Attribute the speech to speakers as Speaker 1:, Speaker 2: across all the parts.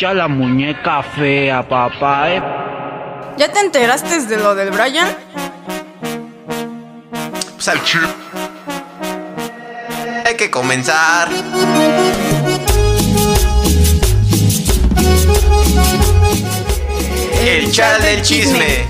Speaker 1: ya la muñeca fea, papá. ¿eh?
Speaker 2: ¿Ya te enteraste de lo del Brian?
Speaker 3: Pues al chip. Hay que comenzar. El chat del chisme.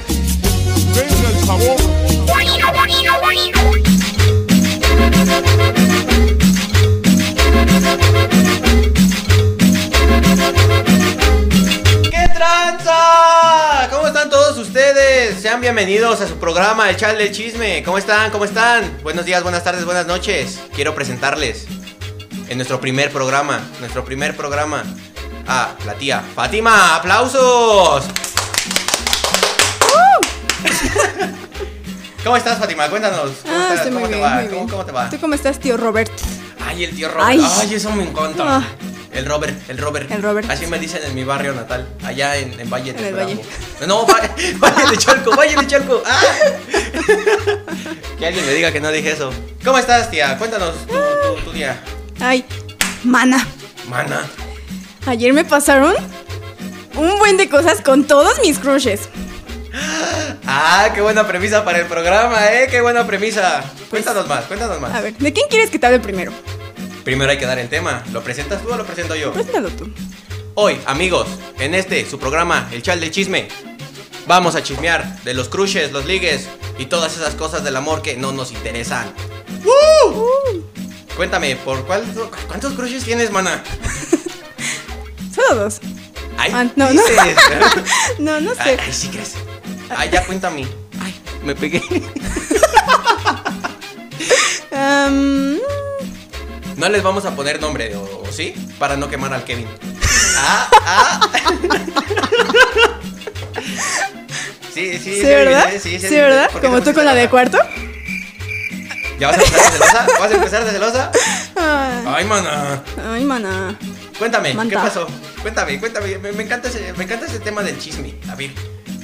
Speaker 3: ¡Qué tranza! ¿Cómo están todos ustedes? Sean bienvenidos a su programa, El Chal del Chisme. ¿Cómo están? ¿Cómo están? Buenos días, buenas tardes, buenas noches. Quiero presentarles en nuestro primer programa, nuestro primer programa, a la tía Fátima. ¡Aplausos! ¿Cómo estás, Fátima? Cuéntanos. ¿Cómo,
Speaker 2: Ah,
Speaker 3: estás?
Speaker 2: estoy muy
Speaker 3: ¿Cómo te
Speaker 2: bien,
Speaker 3: va?
Speaker 2: muy
Speaker 3: ¿Cómo,
Speaker 2: bien.
Speaker 3: cómo te va?
Speaker 2: ¿Tú cómo estás, tío Robert?
Speaker 3: Ay, el tío Robert. Ay,
Speaker 2: Ay.
Speaker 3: eso me encanta.
Speaker 2: Ah.
Speaker 3: El Robert, el Robert.
Speaker 2: El Robert.
Speaker 3: Así me dicen en mi barrio natal, allá en, en Valle de
Speaker 2: En el
Speaker 3: Bravo.
Speaker 2: Valle.
Speaker 3: No, va- Valle de Chalco, Valle de Chalco. Ah. que alguien me diga que no dije eso. ¿Cómo estás, tía? Cuéntanos tu, tu- tu día.
Speaker 2: Ay, mana.
Speaker 3: Mana.
Speaker 2: Ayer me pasaron un buen de cosas con todos mis crushes.
Speaker 3: Ah, qué buena premisa para el programa, ¿eh? Qué buena premisa.
Speaker 2: Pues-
Speaker 3: cuéntanos más, cuéntanos más.
Speaker 2: A ver, ¿de quién quieres que te hable primero?
Speaker 3: Primero hay que dar el tema. ¿Lo presentas tú o lo presento yo?
Speaker 2: Préstalo tú.
Speaker 3: Hoy, amigos, en este, su programa, El Chal del Chisme, vamos a chismear de los crushes, los ligues y todas esas cosas del amor que no nos interesan. Cuéntame, ¿por cuál, cuántos crushes tienes, mana?
Speaker 2: Solo dos.
Speaker 3: Ay,
Speaker 2: Ah, no, no.
Speaker 3: dices, ¿verdad?
Speaker 2: No, no
Speaker 3: Ay,
Speaker 2: sé.
Speaker 3: ay, sí crees. Ay, ya cuéntame. Ay, me pegué.
Speaker 2: Am,
Speaker 3: No les vamos a poner nombre, ¿o, o sí? Para no quemar al Kevin. Ah, ah. Sí, sí,
Speaker 2: ¿Sí,
Speaker 3: se
Speaker 2: verdad?
Speaker 3: adiviné,
Speaker 2: Sí,
Speaker 3: se adiviné.
Speaker 2: ¿verdad?
Speaker 3: ¿Por qué
Speaker 2: Como
Speaker 3: te
Speaker 2: tú con la de
Speaker 3: pusiste
Speaker 2: cuarto.
Speaker 3: ¿Ya vas a empezar de celosa? ¿Vas a empezar de celosa?
Speaker 2: Ay,
Speaker 3: Ay, mana.
Speaker 2: ay, mana.
Speaker 3: Cuéntame, ¿qué
Speaker 2: Manta.
Speaker 3: pasó? Cuéntame, cuéntame. Me, me encanta ese, me encanta ese tema del chisme. A ver.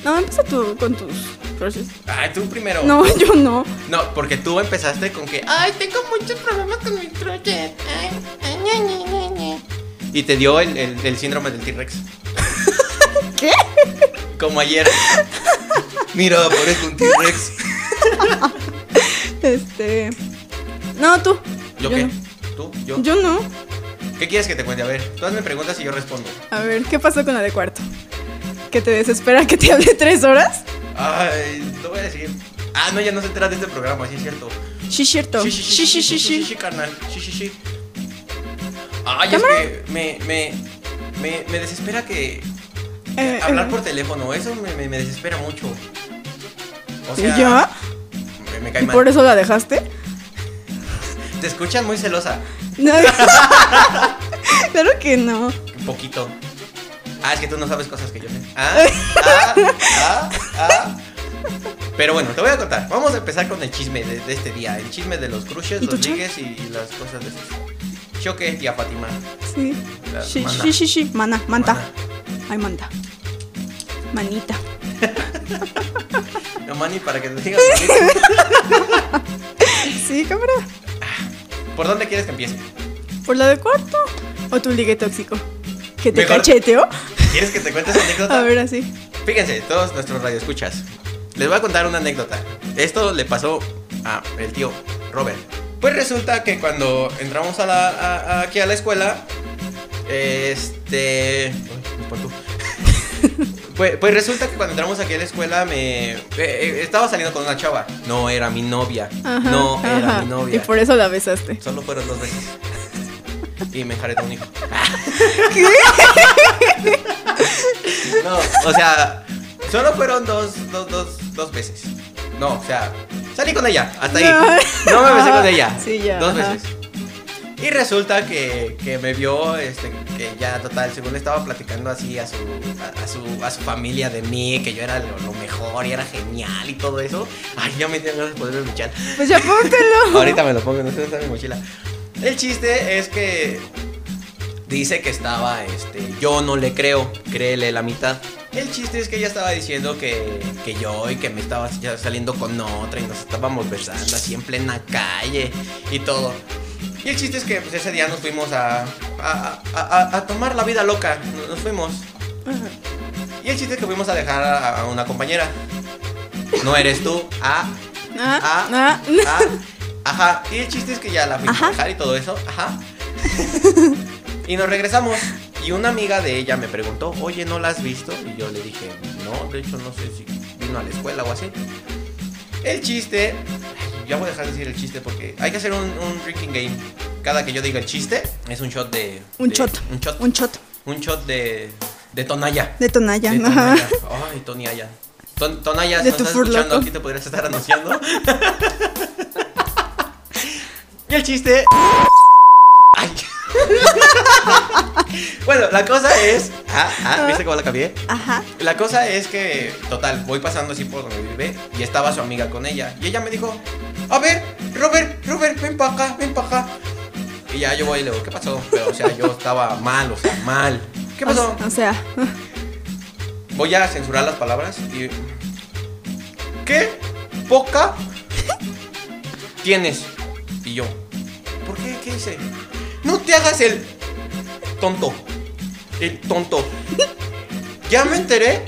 Speaker 2: No, empieza tú con tus crushes.
Speaker 3: Ay, tú primero.
Speaker 2: No, yo no.
Speaker 3: No, porque tú empezaste con que. ah, Ay, tengo muchos problemas con mi crochet. Ay, ay, ña, ña, ña, ña". Y te dio el, el- el síndrome del T-Rex.
Speaker 2: ¿Qué?
Speaker 3: Como ayer. Mira, parezco un T-Rex.
Speaker 2: Este. No, tú.
Speaker 3: ¿Yo qué? ¿Tú? ¿Yo?
Speaker 2: No. Yo no.
Speaker 3: ¿Qué quieres que te cuente? A ver, tú hazme preguntas y yo respondo.
Speaker 2: A ver, ¿qué pasó con la de cuarto? ¿Que te desespera que te hable tres horas?
Speaker 3: Ay, no voy a decir. Ah, no, ya no se entera de este programa, sí es cierto.
Speaker 2: Sí, cierto.
Speaker 3: Sí, sí, sí, sí, sí, sí, sí, carnal. Sí, sí, sí. Ay, es
Speaker 2: ¿Cámara?
Speaker 3: que me, me, me, me desespera que
Speaker 2: Eh,
Speaker 3: hablar
Speaker 2: eh,
Speaker 3: por teléfono, eso me, me, me desespera mucho. O sea,
Speaker 2: ¿Y ya?
Speaker 3: Me, me Ah, cae
Speaker 2: ¿Y
Speaker 3: mal.
Speaker 2: por eso la dejaste?
Speaker 3: Te escuchas muy celosa,
Speaker 2: No. claro que no.
Speaker 3: un poquito. Ah, es que tú no sabes cosas que yo sé. Ah, ah, ah, ah. Pero bueno, te voy a contar. Vamos a empezar con el chisme de, de este día. El chisme de los crushes,
Speaker 2: ¿Y tu
Speaker 3: los
Speaker 2: chat?
Speaker 3: ligues y, y las cosas de esas. ¿Yo qué, tía Fátima?
Speaker 2: Sí.
Speaker 3: La
Speaker 2: Sí,
Speaker 3: mana.
Speaker 2: sí, sí, sí. Mana, manta.
Speaker 3: Mana.
Speaker 2: Ay, manta. Manita.
Speaker 3: No, Manny, para que te digas.
Speaker 2: Sí, cámara.
Speaker 3: ¿Por dónde quieres que empiece?
Speaker 2: ¿Por la de cuarto? ¿O tu ligue tóxico? ¿Que te
Speaker 3: Mejor-
Speaker 2: cacheteó?
Speaker 3: ¿Quieres que te cuente esa anécdota?
Speaker 2: A ver, así.
Speaker 3: Fíjense, todos nuestros radioescuchas. Les voy a contar una anécdota. Esto le pasó a el tío Robert. Pues resulta que cuando entramos a la, a- a- aquí a la escuela, este... Uy, me espantó. Pues, pues resulta que cuando entramos aquí a la escuela me eh, eh, estaba saliendo con una chava. No era mi novia.
Speaker 2: Ajá,
Speaker 3: no era
Speaker 2: ajá.
Speaker 3: mi novia.
Speaker 2: Y por eso la besaste.
Speaker 3: Solo fueron dos veces. Y me enjareté un hijo. No, o sea, solo fueron dos, dos, dos, dos veces. No, o sea, salí con ella, hasta ahí.
Speaker 2: No. Ah,
Speaker 3: No me besé con ella.
Speaker 2: Sí, ya,
Speaker 3: Dos
Speaker 2: ajá.
Speaker 3: veces. Y resulta que, que me vio, este, que ya total, según le estaba platicando así a su, a, a su, a su familia de mí, que yo era lo, lo mejor y era genial y todo eso. Ay, ya me tienen ganas de poder escuchar.
Speaker 2: Pues ya póntelo.
Speaker 3: Ahorita me lo pongo, no sé dónde está mi mochila. El chiste es que dice que estaba, este, yo no le creo, créele la mitad. El chiste es que ella estaba diciendo que, que yo y que me estaba ya saliendo con otra y nos estábamos besando así en plena calle y todo. Y el chiste es que pues, ese día nos fuimos a, a, a- a- a tomar la vida loca. Nos, nos fuimos. Y el chiste es que fuimos a dejar a, a una compañera. No eres tú. Ah,
Speaker 2: Ah,
Speaker 3: ah,
Speaker 2: ah.
Speaker 3: ah. Ajá. Y el chiste es que ya la fuimos
Speaker 2: Ajá.
Speaker 3: a dejar y todo eso. Ajá. Y nos regresamos. Y una amiga de ella me preguntó, oye, ¿no la has visto? Y yo le dije, no, de hecho no sé si vino a la escuela o así. El chiste, ya voy a dejar de decir el chiste porque hay que hacer un, un drinking game. Cada que yo diga el chiste, es un shot de...
Speaker 2: Un
Speaker 3: de-
Speaker 2: shot.
Speaker 3: Un shot.
Speaker 2: Un shot.
Speaker 3: Un shot de... De Tonaya.
Speaker 2: De Tonaya.
Speaker 3: De
Speaker 2: ¿no?
Speaker 3: Tonaya. Ay, Tonaya. Ton- Tonaya, si
Speaker 2: De
Speaker 3: nos
Speaker 2: tu
Speaker 3: estás
Speaker 2: furloco.
Speaker 3: escuchando, aquí te podrías estar anunciando. y el chiste... Ay. bueno, la cosa es... Ah, ah, ¿viste cómo la cambié?
Speaker 2: Ajá.
Speaker 3: La cosa es que, total, voy pasando así por donde vive y estaba su amiga con ella. Y ella me dijo, a ver, Robert, Robert, ven para acá, ven para acá. Y ya yo voy y le digo, ¿qué pasó? Pero, o sea, yo estaba mal, o sea, mal. ¿Qué pasó?
Speaker 2: O, o sea,
Speaker 3: Voy a censurar las palabras y... ¿Qué poca tienes? Y yo, ¿por qué? ¿Qué hice? No te hagas el tonto. El tonto. Ya me enteré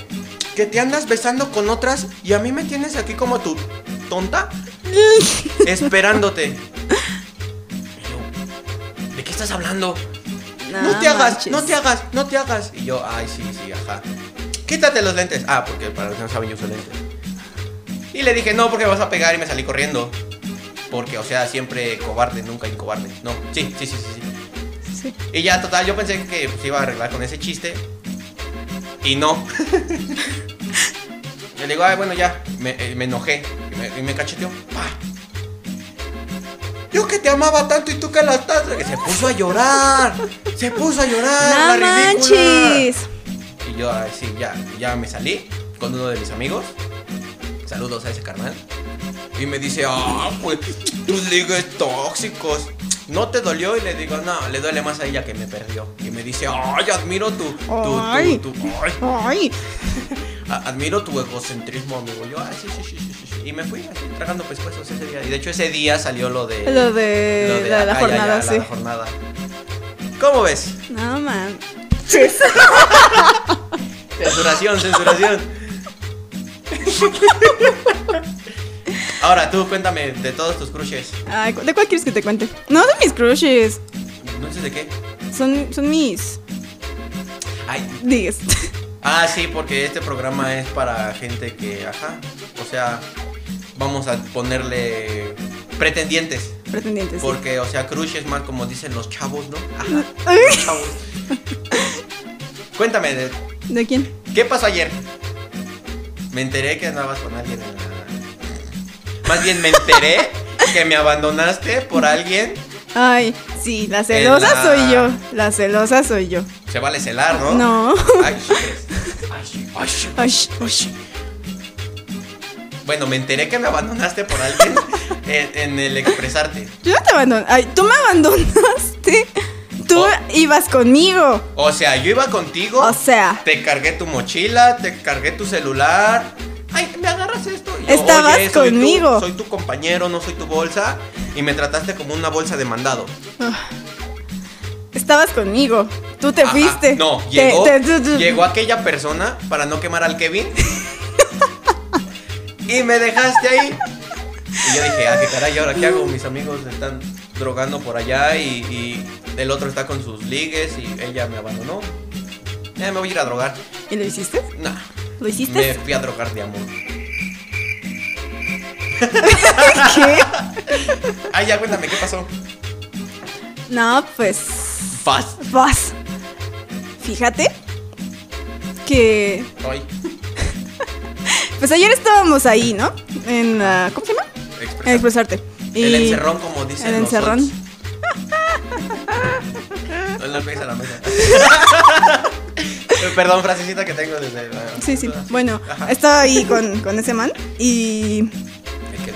Speaker 3: que te andas besando con otras y a mí me tienes aquí como tu tonta esperándote. Y yo, ¿De qué estás hablando? No, te hagas,
Speaker 2: manches.
Speaker 3: no te hagas, no te hagas. Y yo, ay, sí, sí, ajá. Quítate los lentes. Ah, porque para los que no saben, yo uso lentes. Y le dije, no, porque me vas a pegar y me salí corriendo. Porque, o sea, siempre cobarde, nunca incobarde. No, sí, sí, sí, sí. sí.
Speaker 2: Sí.
Speaker 3: Y ya, total, yo pensé que se iba a arreglar con ese chiste. Y no. yo le digo, ay, bueno, ya. Me, eh, me enojé. Y me, y me cacheteó. Pa. Yo que te amaba tanto y tú que la estás. Que se puso a llorar. Se puso a
Speaker 2: ¡No
Speaker 3: llorar. la ridícula.
Speaker 2: manches!
Speaker 3: Y yo así ya, ya me salí con uno de mis amigos. Saludos a ese carnal. Y me dice, ah, pues tus ligues tóxicos. ¿No te dolió? Y le digo, no, le duele más a ella que me perdió. Y me dice, ay, admiro tu, tu, tu-
Speaker 2: Ay.
Speaker 3: tu- ay,
Speaker 2: Ay,
Speaker 3: a- admiro tu egocentrismo, amigo. Yo, ah, sí, sí, sí, sí, sí, sí". Y me fui así, tragando pescuezos ese día. Y de hecho ese día salió lo de...
Speaker 2: lo de,
Speaker 3: lo de
Speaker 2: la, la
Speaker 3: acá, ya, ya,
Speaker 2: jornada,
Speaker 3: la-
Speaker 2: sí.
Speaker 3: la jornada. ¿Cómo ves?
Speaker 2: No, man.
Speaker 3: Censuración, censuración. Ahora tú cuéntame de todos tus crushes.
Speaker 2: Ay, ¿cu- ¿De cuál quieres que te cuente? No, son mis crushes.
Speaker 3: No sé de qué.
Speaker 2: Son, son mis.
Speaker 3: Ay.
Speaker 2: Digues.
Speaker 3: Ah, sí, porque este programa es para gente que, ajá, o sea, vamos a ponerle pretendientes,
Speaker 2: Pretendientes. sí.
Speaker 3: porque, o sea, crushes más como dicen los chavos, ¿no? Ajá,
Speaker 2: Ay,
Speaker 3: los chavos. Cuéntame de-
Speaker 2: ¿De quién?
Speaker 3: qué pasó ayer. Me enteré que andabas con alguien en la... Más bien me enteré que me abandonaste por alguien
Speaker 2: Ay, sí, la celosa
Speaker 3: la-
Speaker 2: soy yo. La celosa soy yo.
Speaker 3: Se vale celar, ¿no?
Speaker 2: No.
Speaker 3: Ay, sí, ay, sí, ay, sí.
Speaker 2: Ay, sh- ay, sh-
Speaker 3: Bueno, me enteré que me abandonaste por alguien en, en el expresarte.
Speaker 2: Yo no te abandoné. Ay, tú me abandonaste. Tú
Speaker 3: Oh.
Speaker 2: ibas conmigo.
Speaker 3: O sea, yo iba contigo.
Speaker 2: O sea,
Speaker 3: te cargué tu mochila, te cargué tu celular. Ay, me agarras esto. Y yo,
Speaker 2: Estabas
Speaker 3: "Oye, soy tu-
Speaker 2: conmigo".
Speaker 3: soy tu compañero, no soy tu bolsa. Y me trataste como una bolsa de mandado.
Speaker 2: estabas conmigo. Tú te
Speaker 3: Ajá,
Speaker 2: fuiste.
Speaker 3: No,
Speaker 2: Te-
Speaker 3: llegó,
Speaker 2: te- tú- tú-
Speaker 3: llegó aquella persona para no quemar al Kevin. y me dejaste ahí. Y yo dije, ah, qué caray, ahora qué hago? Mis amigos se están drogando por allá y, y el otro está con sus ligues y ella me abandonó. Ya me voy a ir a drogar.
Speaker 2: ¿Y lo hiciste?
Speaker 3: Nah,
Speaker 2: ¿Lo
Speaker 3: me
Speaker 2: hiciste?
Speaker 3: fui a drogar de amor.
Speaker 2: ¿Qué?
Speaker 3: Ay, ya cuéntame, ¿qué pasó?
Speaker 2: No, pues.
Speaker 3: Faz.
Speaker 2: Vas. Fíjate que.
Speaker 3: Ay,
Speaker 2: Pues ayer estábamos ahí, ¿no? En la. ¿Cómo se llama? En
Speaker 3: expresar.
Speaker 2: Expresarte.
Speaker 3: El encerrón, como dicen
Speaker 2: el
Speaker 3: los
Speaker 2: encerrón.
Speaker 3: sots. No le pegues a la mesa. Perdón, frasecita que tengo desde la...
Speaker 2: Sí, sí. Bueno,
Speaker 3: Ajá.
Speaker 2: estaba ahí con, con ese man y.
Speaker 3: Es que-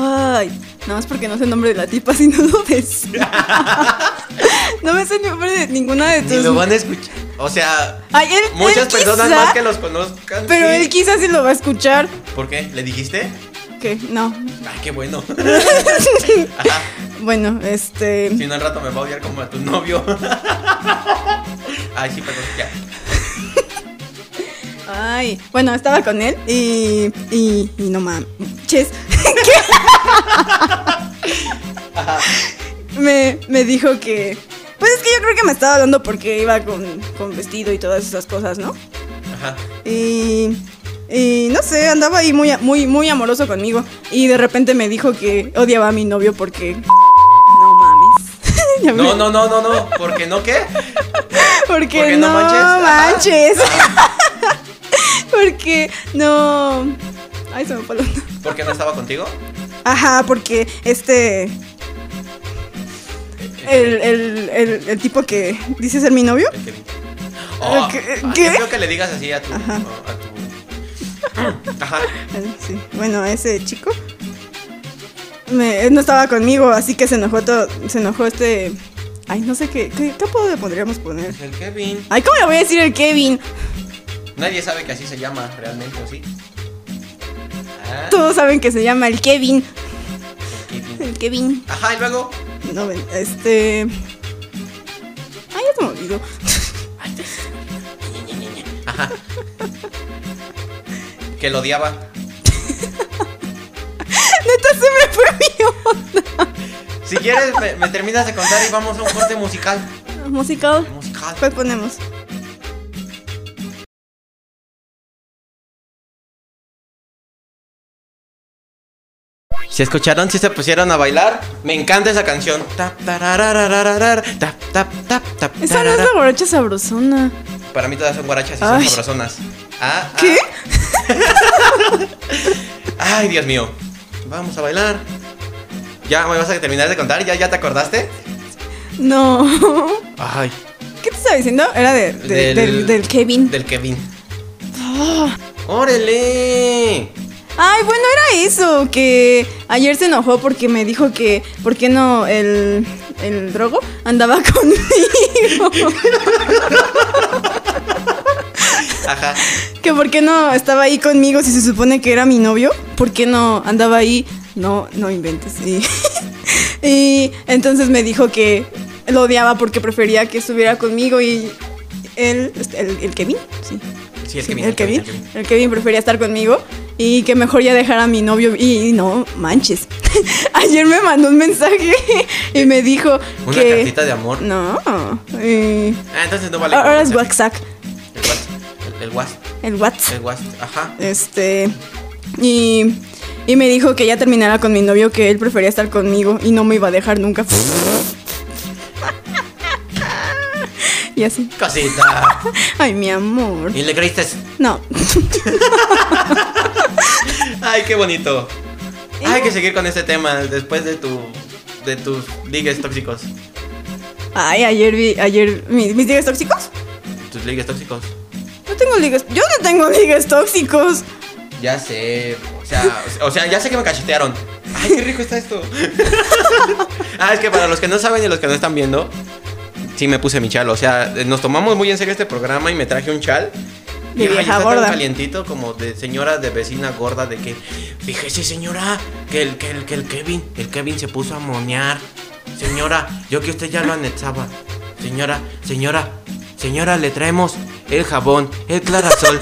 Speaker 2: Ay, nada más porque no sé el nombre de la tipa, si no lo ves. no me sé el nombre de ninguna de
Speaker 3: Ni
Speaker 2: tus.
Speaker 3: lo van a escuchar. O sea,
Speaker 2: Ay, él,
Speaker 3: muchas
Speaker 2: él
Speaker 3: personas
Speaker 2: quizá,
Speaker 3: más que los conozcan.
Speaker 2: Pero
Speaker 3: sí.
Speaker 2: él quizás sí lo va a escuchar.
Speaker 3: ¿Por qué? ¿Le dijiste?
Speaker 2: Que no.
Speaker 3: Ay, qué bueno.
Speaker 2: Bueno, este.
Speaker 3: Si no, al rato me va a odiar como a tu novio. Ay, sí, perdón, ya.
Speaker 2: Ay, bueno, estaba con él y. Y, y no manches. ¿Qué? me, me dijo que. Pues es que yo creo que me estaba hablando porque iba con, con vestido y todas esas cosas, ¿no?
Speaker 3: Ajá.
Speaker 2: Y. Y no sé, andaba ahí muy, muy, muy amoroso conmigo. Y de repente me dijo que odiaba a mi novio porque. No mames. Ya me-
Speaker 3: No, no, no, no, no. Porque no, ¿qué?
Speaker 2: Porque,
Speaker 3: Porque no
Speaker 2: no
Speaker 3: manches. Ajá.
Speaker 2: manches. porque no. Ay, se me fue la onda.
Speaker 3: Porque no estaba contigo.
Speaker 2: Ajá, porque este. El, el, el, el tipo que dice ser mi novio.
Speaker 3: El Kevin. Oh,
Speaker 2: ¿Qué-
Speaker 3: ah,
Speaker 2: qué?
Speaker 3: yo creo que le digas así a tu.
Speaker 2: Ajá.
Speaker 3: A tu... Ajá.
Speaker 2: Eh, Sí. Bueno, ese chico. me- él no estaba conmigo, así que se enojó todo. Se enojó este. Ay, no sé qué. ¿Qué, qué apodo le podríamos poner?
Speaker 3: El Kevin.
Speaker 2: Ay, ¿cómo le voy a decir el Kevin?
Speaker 3: Nadie sabe que así se llama realmente, ¿o sí? Ah,
Speaker 2: Todos saben que se llama el Kevin.
Speaker 3: Kevin.
Speaker 2: El Kevin.
Speaker 3: Ajá, y luego.
Speaker 2: No, ven, este. Ay, ya se me olvidó.
Speaker 3: Ajá. Que lo odiaba.
Speaker 2: Neta, se me fue mi
Speaker 3: Si quieres, me, me terminas de contar y vamos a un corte musical.
Speaker 2: onda. Musical.
Speaker 3: Musical.
Speaker 2: ¿Cuál ponemos?
Speaker 3: Si escucharon, si se pusieron a bailar, me encanta esa canción. Tap, tarararararar, tap, tap, tap, tap,
Speaker 2: Esa no es la
Speaker 3: tarara.
Speaker 2: borracha sabrosona.
Speaker 3: Para mí todas son guarachas y
Speaker 2: Ay.
Speaker 3: son sabrosonas. Ah, ah.
Speaker 2: ¿Qué?
Speaker 3: Ay, Dios mío. Vamos a bailar. ¿Ya me vas a terminar de contar? ¿Ya, ya te acordaste?
Speaker 2: No.
Speaker 3: Ay.
Speaker 2: ¿Qué te estaba diciendo? Era de- de- del, del Kevin. Ah.
Speaker 3: Del Kevin. ¡Órale!
Speaker 2: Ay, bueno, era eso. Que ayer se enojó porque me dijo que. ¿Por qué no el. el drogo andaba conmigo?
Speaker 3: Ajá.
Speaker 2: que por qué no estaba ahí conmigo si se supone que era mi novio, por qué no andaba ahí, no, no inventes. Y, y entonces me dijo que lo odiaba porque prefería que estuviera conmigo y él, este, el, el Kevin, sí.
Speaker 3: Sí, el
Speaker 2: Sí,
Speaker 3: Kevin.
Speaker 2: el Kevin, el Kevin prefería estar conmigo y que mejor ya dejara a mi novio y, y no manches. Ayer me mandó un mensaje y me dijo
Speaker 3: Una
Speaker 2: que
Speaker 3: cartita de amor.
Speaker 2: no. y-
Speaker 3: Ah, entonces no vale.
Speaker 2: ahora es
Speaker 3: el WhatsApp.
Speaker 2: WhatsApp,
Speaker 3: El WhatsApp. El WhatsApp.
Speaker 2: el WhatsApp.
Speaker 3: El WhatsApp. Ajá.
Speaker 2: Este. Y, y me dijo que ya terminara con mi novio, que él prefería estar conmigo y no me iba a dejar nunca. y así.
Speaker 3: Cosita.
Speaker 2: Ay, mi amor.
Speaker 3: Y le creíste.
Speaker 2: No.
Speaker 3: Ay, qué bonito. Hay que seguir con este tema después de tu. de tus ligues tóxicos.
Speaker 2: Ay, ayer vi. Ayer. ¿mi- ¿Mis ligues tóxicos?
Speaker 3: Tus ligues tóxicos.
Speaker 2: No tengo ligues. Yo no tengo ligues tóxicos.
Speaker 3: Ya sé. O sea, o sea, ya sé que me cachetearon. Ay, qué rico está esto. ah, es que para los que no saben y los que no están viendo, sí me puse mi chal. O sea, eh, nos tomamos muy en serio este programa y me traje un chal.
Speaker 2: De
Speaker 3: Y, ay,
Speaker 2: vieja
Speaker 3: está tan
Speaker 2: gorda.
Speaker 3: calientito como de señora de vecina gorda de que. Fíjese, señora, que el, que el, que el Kevin, el Kevin se puso a monear. Señora, yo que usted ya lo anexaba. Señora, señora, señora, le traemos el jabón, el clarasol.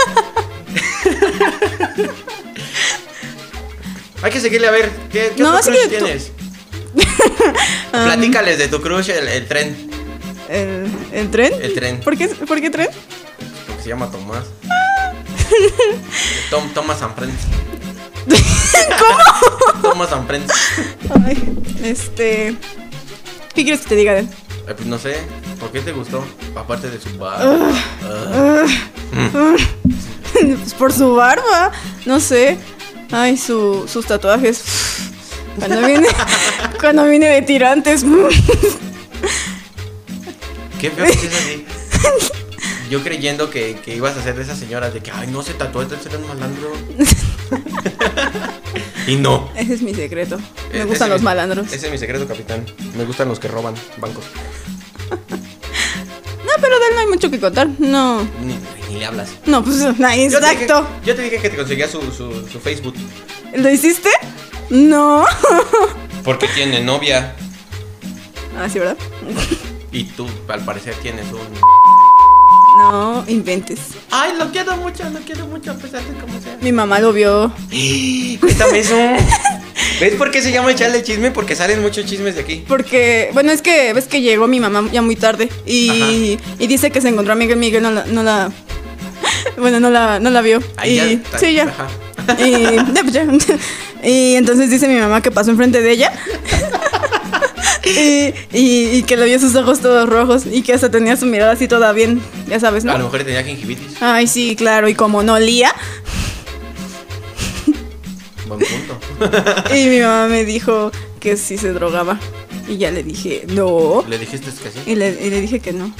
Speaker 3: Hay que seguirle a ver qué, qué
Speaker 2: No,
Speaker 3: otro
Speaker 2: es
Speaker 3: crush
Speaker 2: que tú- Um,
Speaker 3: tienes. Platícales de tu crush, el, el tren.
Speaker 2: ¿El, el tren?
Speaker 3: El tren.
Speaker 2: ¿Por qué, por qué tren?
Speaker 3: Porque se llama Tomás. Tom, Thomas and Friends. ¿Cómo? Thomas and Friends.
Speaker 2: Ay, este. ¿Qué quieres que te diga de él?
Speaker 3: Eh, pues no sé, ¿por qué te gustó? Aparte de su bar.
Speaker 2: Pues por su barba, no sé. Ay, su- sus tatuajes. Cuando viene, cuando viene de tirantes.
Speaker 3: Qué feo que estés así. Yo creyendo que, que ibas a ser de esas señoras de que, ay, no se tatuó, entonces eres malandro. y no.
Speaker 2: Ese es mi secreto. Me
Speaker 3: Eh,
Speaker 2: gustan
Speaker 3: ese
Speaker 2: los
Speaker 3: es-
Speaker 2: malandros.
Speaker 3: Ese es mi secreto, capitán. Me gustan los que roban bancos.
Speaker 2: No, pero de él no hay mucho que contar. No.
Speaker 3: Ni, ni le hablas.
Speaker 2: No, pues no,
Speaker 3: Yo te dije-
Speaker 2: exacto.
Speaker 3: Yo te dije que te conseguía su, su, su Facebook.
Speaker 2: ¿Lo hiciste? No.
Speaker 3: Porque tiene novia.
Speaker 2: Ah, sí, ¿verdad?
Speaker 3: Y tú, al parecer, tienes un.
Speaker 2: No, inventes.
Speaker 3: Ay, lo quiero mucho, lo quiero mucho, a pesar de cómo sea.
Speaker 2: Mi mamá lo vio.
Speaker 3: Cuéntame eso. ¿Ves por qué se llama echarle chisme? Porque salen muchos chismes de aquí.
Speaker 2: Porque, bueno, es que ves que llegó mi mamá ya muy tarde y, y dice que se encontró a Miguel Miguel, no la. No la bueno, no la, no la vio.
Speaker 3: Ahí
Speaker 2: y,
Speaker 3: ya está-
Speaker 2: sí, ya.
Speaker 3: ajá.
Speaker 2: Y, ya, pues, ya. Y entonces dice mi mamá que pasó enfrente de ella. Y, y- y que le vio sus ojos todos rojos y que hasta tenía su mirada así toda bien, ya sabes,
Speaker 3: A lo
Speaker 2: ¿no?
Speaker 3: mejor tenía gingivitis.
Speaker 2: Ay, sí, claro, y como no olía.
Speaker 3: Buen punto.
Speaker 2: Y mi mamá me dijo que sí se drogaba. Y ya le dije, no.
Speaker 3: ¿Le dijiste que sí?
Speaker 2: Y le, y le dije que no.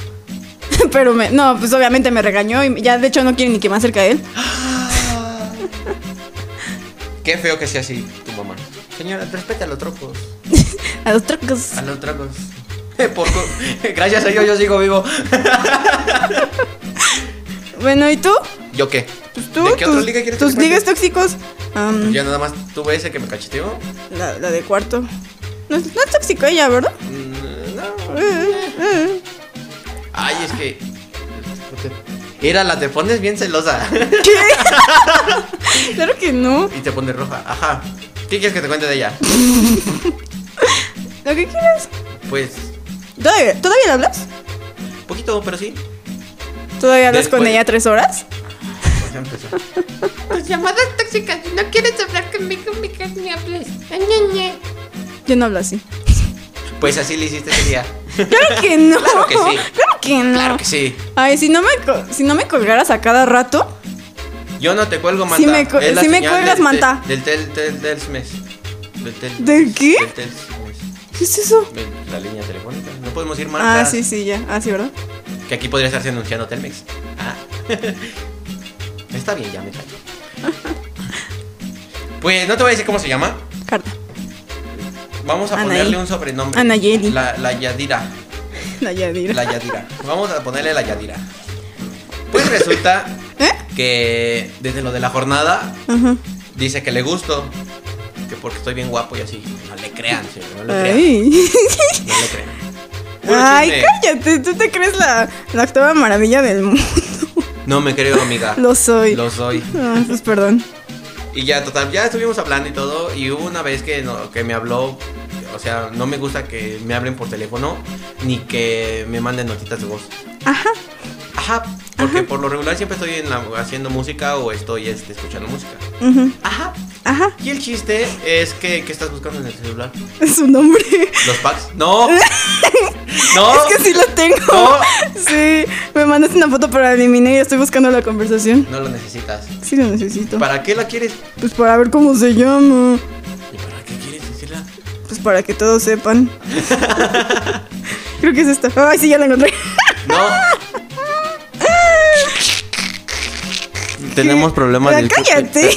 Speaker 2: Pero me, no, pues obviamente me regañó y ya de hecho no quiere ni que me acerque a él.
Speaker 3: Qué feo que sea así tu mamá. Señora, respeta a los trocos.
Speaker 2: A los trucos.
Speaker 3: A los trocos. Por co- Gracias a Dios yo sigo vivo.
Speaker 2: Bueno, ¿y tú?
Speaker 3: ¿Yo qué?
Speaker 2: Pues tú,
Speaker 3: ¿De qué otra
Speaker 2: tus-
Speaker 3: liga quieres que
Speaker 2: tus
Speaker 3: te cuente?
Speaker 2: ligas tóxicos. Ah, Am,
Speaker 3: Yo Pues nada más tuve ese que me cacheteó.
Speaker 2: la, la de cuarto. No, es- no es tóxico ella, ¿verdad?
Speaker 3: Mm, No.
Speaker 2: Eh,
Speaker 3: Ay, es que. Era la te pones bien celosa
Speaker 2: eh. Claro que no.
Speaker 3: y te pones roja. Ajá. ¿Qué quieres que te cuente de ella?
Speaker 2: Lo que quieras.
Speaker 3: Pues,
Speaker 2: ¿Todavía, ¿Todavía le hablas?
Speaker 3: poquito, pero sí.
Speaker 2: ¿Todavía hablas con
Speaker 3: Después.
Speaker 2: ella tres horas?
Speaker 3: Pues ya empezó.
Speaker 4: Tus llamadas tóxicas. No quieres hablar conmigo, mi ni hables. Ay, ñe, ñe.
Speaker 2: Yo no hablo así.
Speaker 3: Pues así le hiciste ese día.
Speaker 2: Claro que no.
Speaker 3: Claro que sí.
Speaker 2: Claro que no.
Speaker 3: Claro que sí.
Speaker 2: Ay, si no me, co- si no me colgaras a cada rato,
Speaker 3: Yo no te cuelgo, Manta.
Speaker 2: Sí me cu-
Speaker 3: Es la
Speaker 2: sí me
Speaker 3: señal
Speaker 2: cuelgas,
Speaker 3: del-
Speaker 2: Manta.
Speaker 3: Del tel, tel, del mes. Del tel.
Speaker 2: ¿Del qué?
Speaker 3: Del tel, mes.
Speaker 2: ¿qué es eso?
Speaker 3: De La línea telefónica. No podemos ir
Speaker 2: Ah,
Speaker 3: marcas.
Speaker 2: sí, sí, ya. Ah, sí, ¿verdad?
Speaker 3: Que aquí podría estarse anunciando Telmex. Ah. Está bien, ya me callo. Pues no te voy a decir cómo se llama.
Speaker 2: Carta.
Speaker 3: Vamos a
Speaker 2: Anaí.
Speaker 3: ponerle un sobrenombre.
Speaker 2: Anayeli.
Speaker 3: La, la Yadira.
Speaker 2: La Yadira.
Speaker 3: La Yadira. Vamos a ponerle la Yadira. Pues resulta
Speaker 2: ¿Eh?
Speaker 3: que desde lo de la jornada
Speaker 2: Ajá.
Speaker 3: dice que le gusto. Que porque estoy bien guapo y así. No le crean, señor, no le crean.
Speaker 2: Ay.
Speaker 3: No le crean. Puro
Speaker 2: Ay,
Speaker 3: chisme.
Speaker 2: cállate. ¿Tú te crees la, la octava maravilla del mundo?
Speaker 3: No me creo, amiga.
Speaker 2: Lo soy.
Speaker 3: Lo soy.
Speaker 2: Ah, pues perdón.
Speaker 3: Y ya, total, ya estuvimos hablando y todo. Y hubo una vez que, no- que me habló. O sea, no me gusta que me hablen por teléfono ni que me manden notitas de voz.
Speaker 2: Ajá.
Speaker 3: Ajá, porque por lo regular siempre estoy en la- haciendo música o estoy este, escuchando música.
Speaker 2: ujú,
Speaker 3: Ajá.
Speaker 2: Ajá.
Speaker 3: Y el chiste es que, ¿qué estás buscando en el celular?
Speaker 2: Es un nombre.
Speaker 3: ¿Los packs? No. No.
Speaker 2: Es que sí lo tengo.
Speaker 3: No.
Speaker 2: Sí. Me mandas una foto para eliminar y estoy buscando la conversación.
Speaker 3: No lo necesitas.
Speaker 2: Sí lo necesito.
Speaker 3: ¿Para qué la quieres?
Speaker 2: Pues para ver cómo se llama.
Speaker 3: ¿Y para qué quieres decirla?
Speaker 2: Pues para que todos sepan. Creo que es esta. Ay, sí, ya la encontré.
Speaker 3: No. Tenemos problemas
Speaker 2: Ya,
Speaker 3: del
Speaker 2: cállate.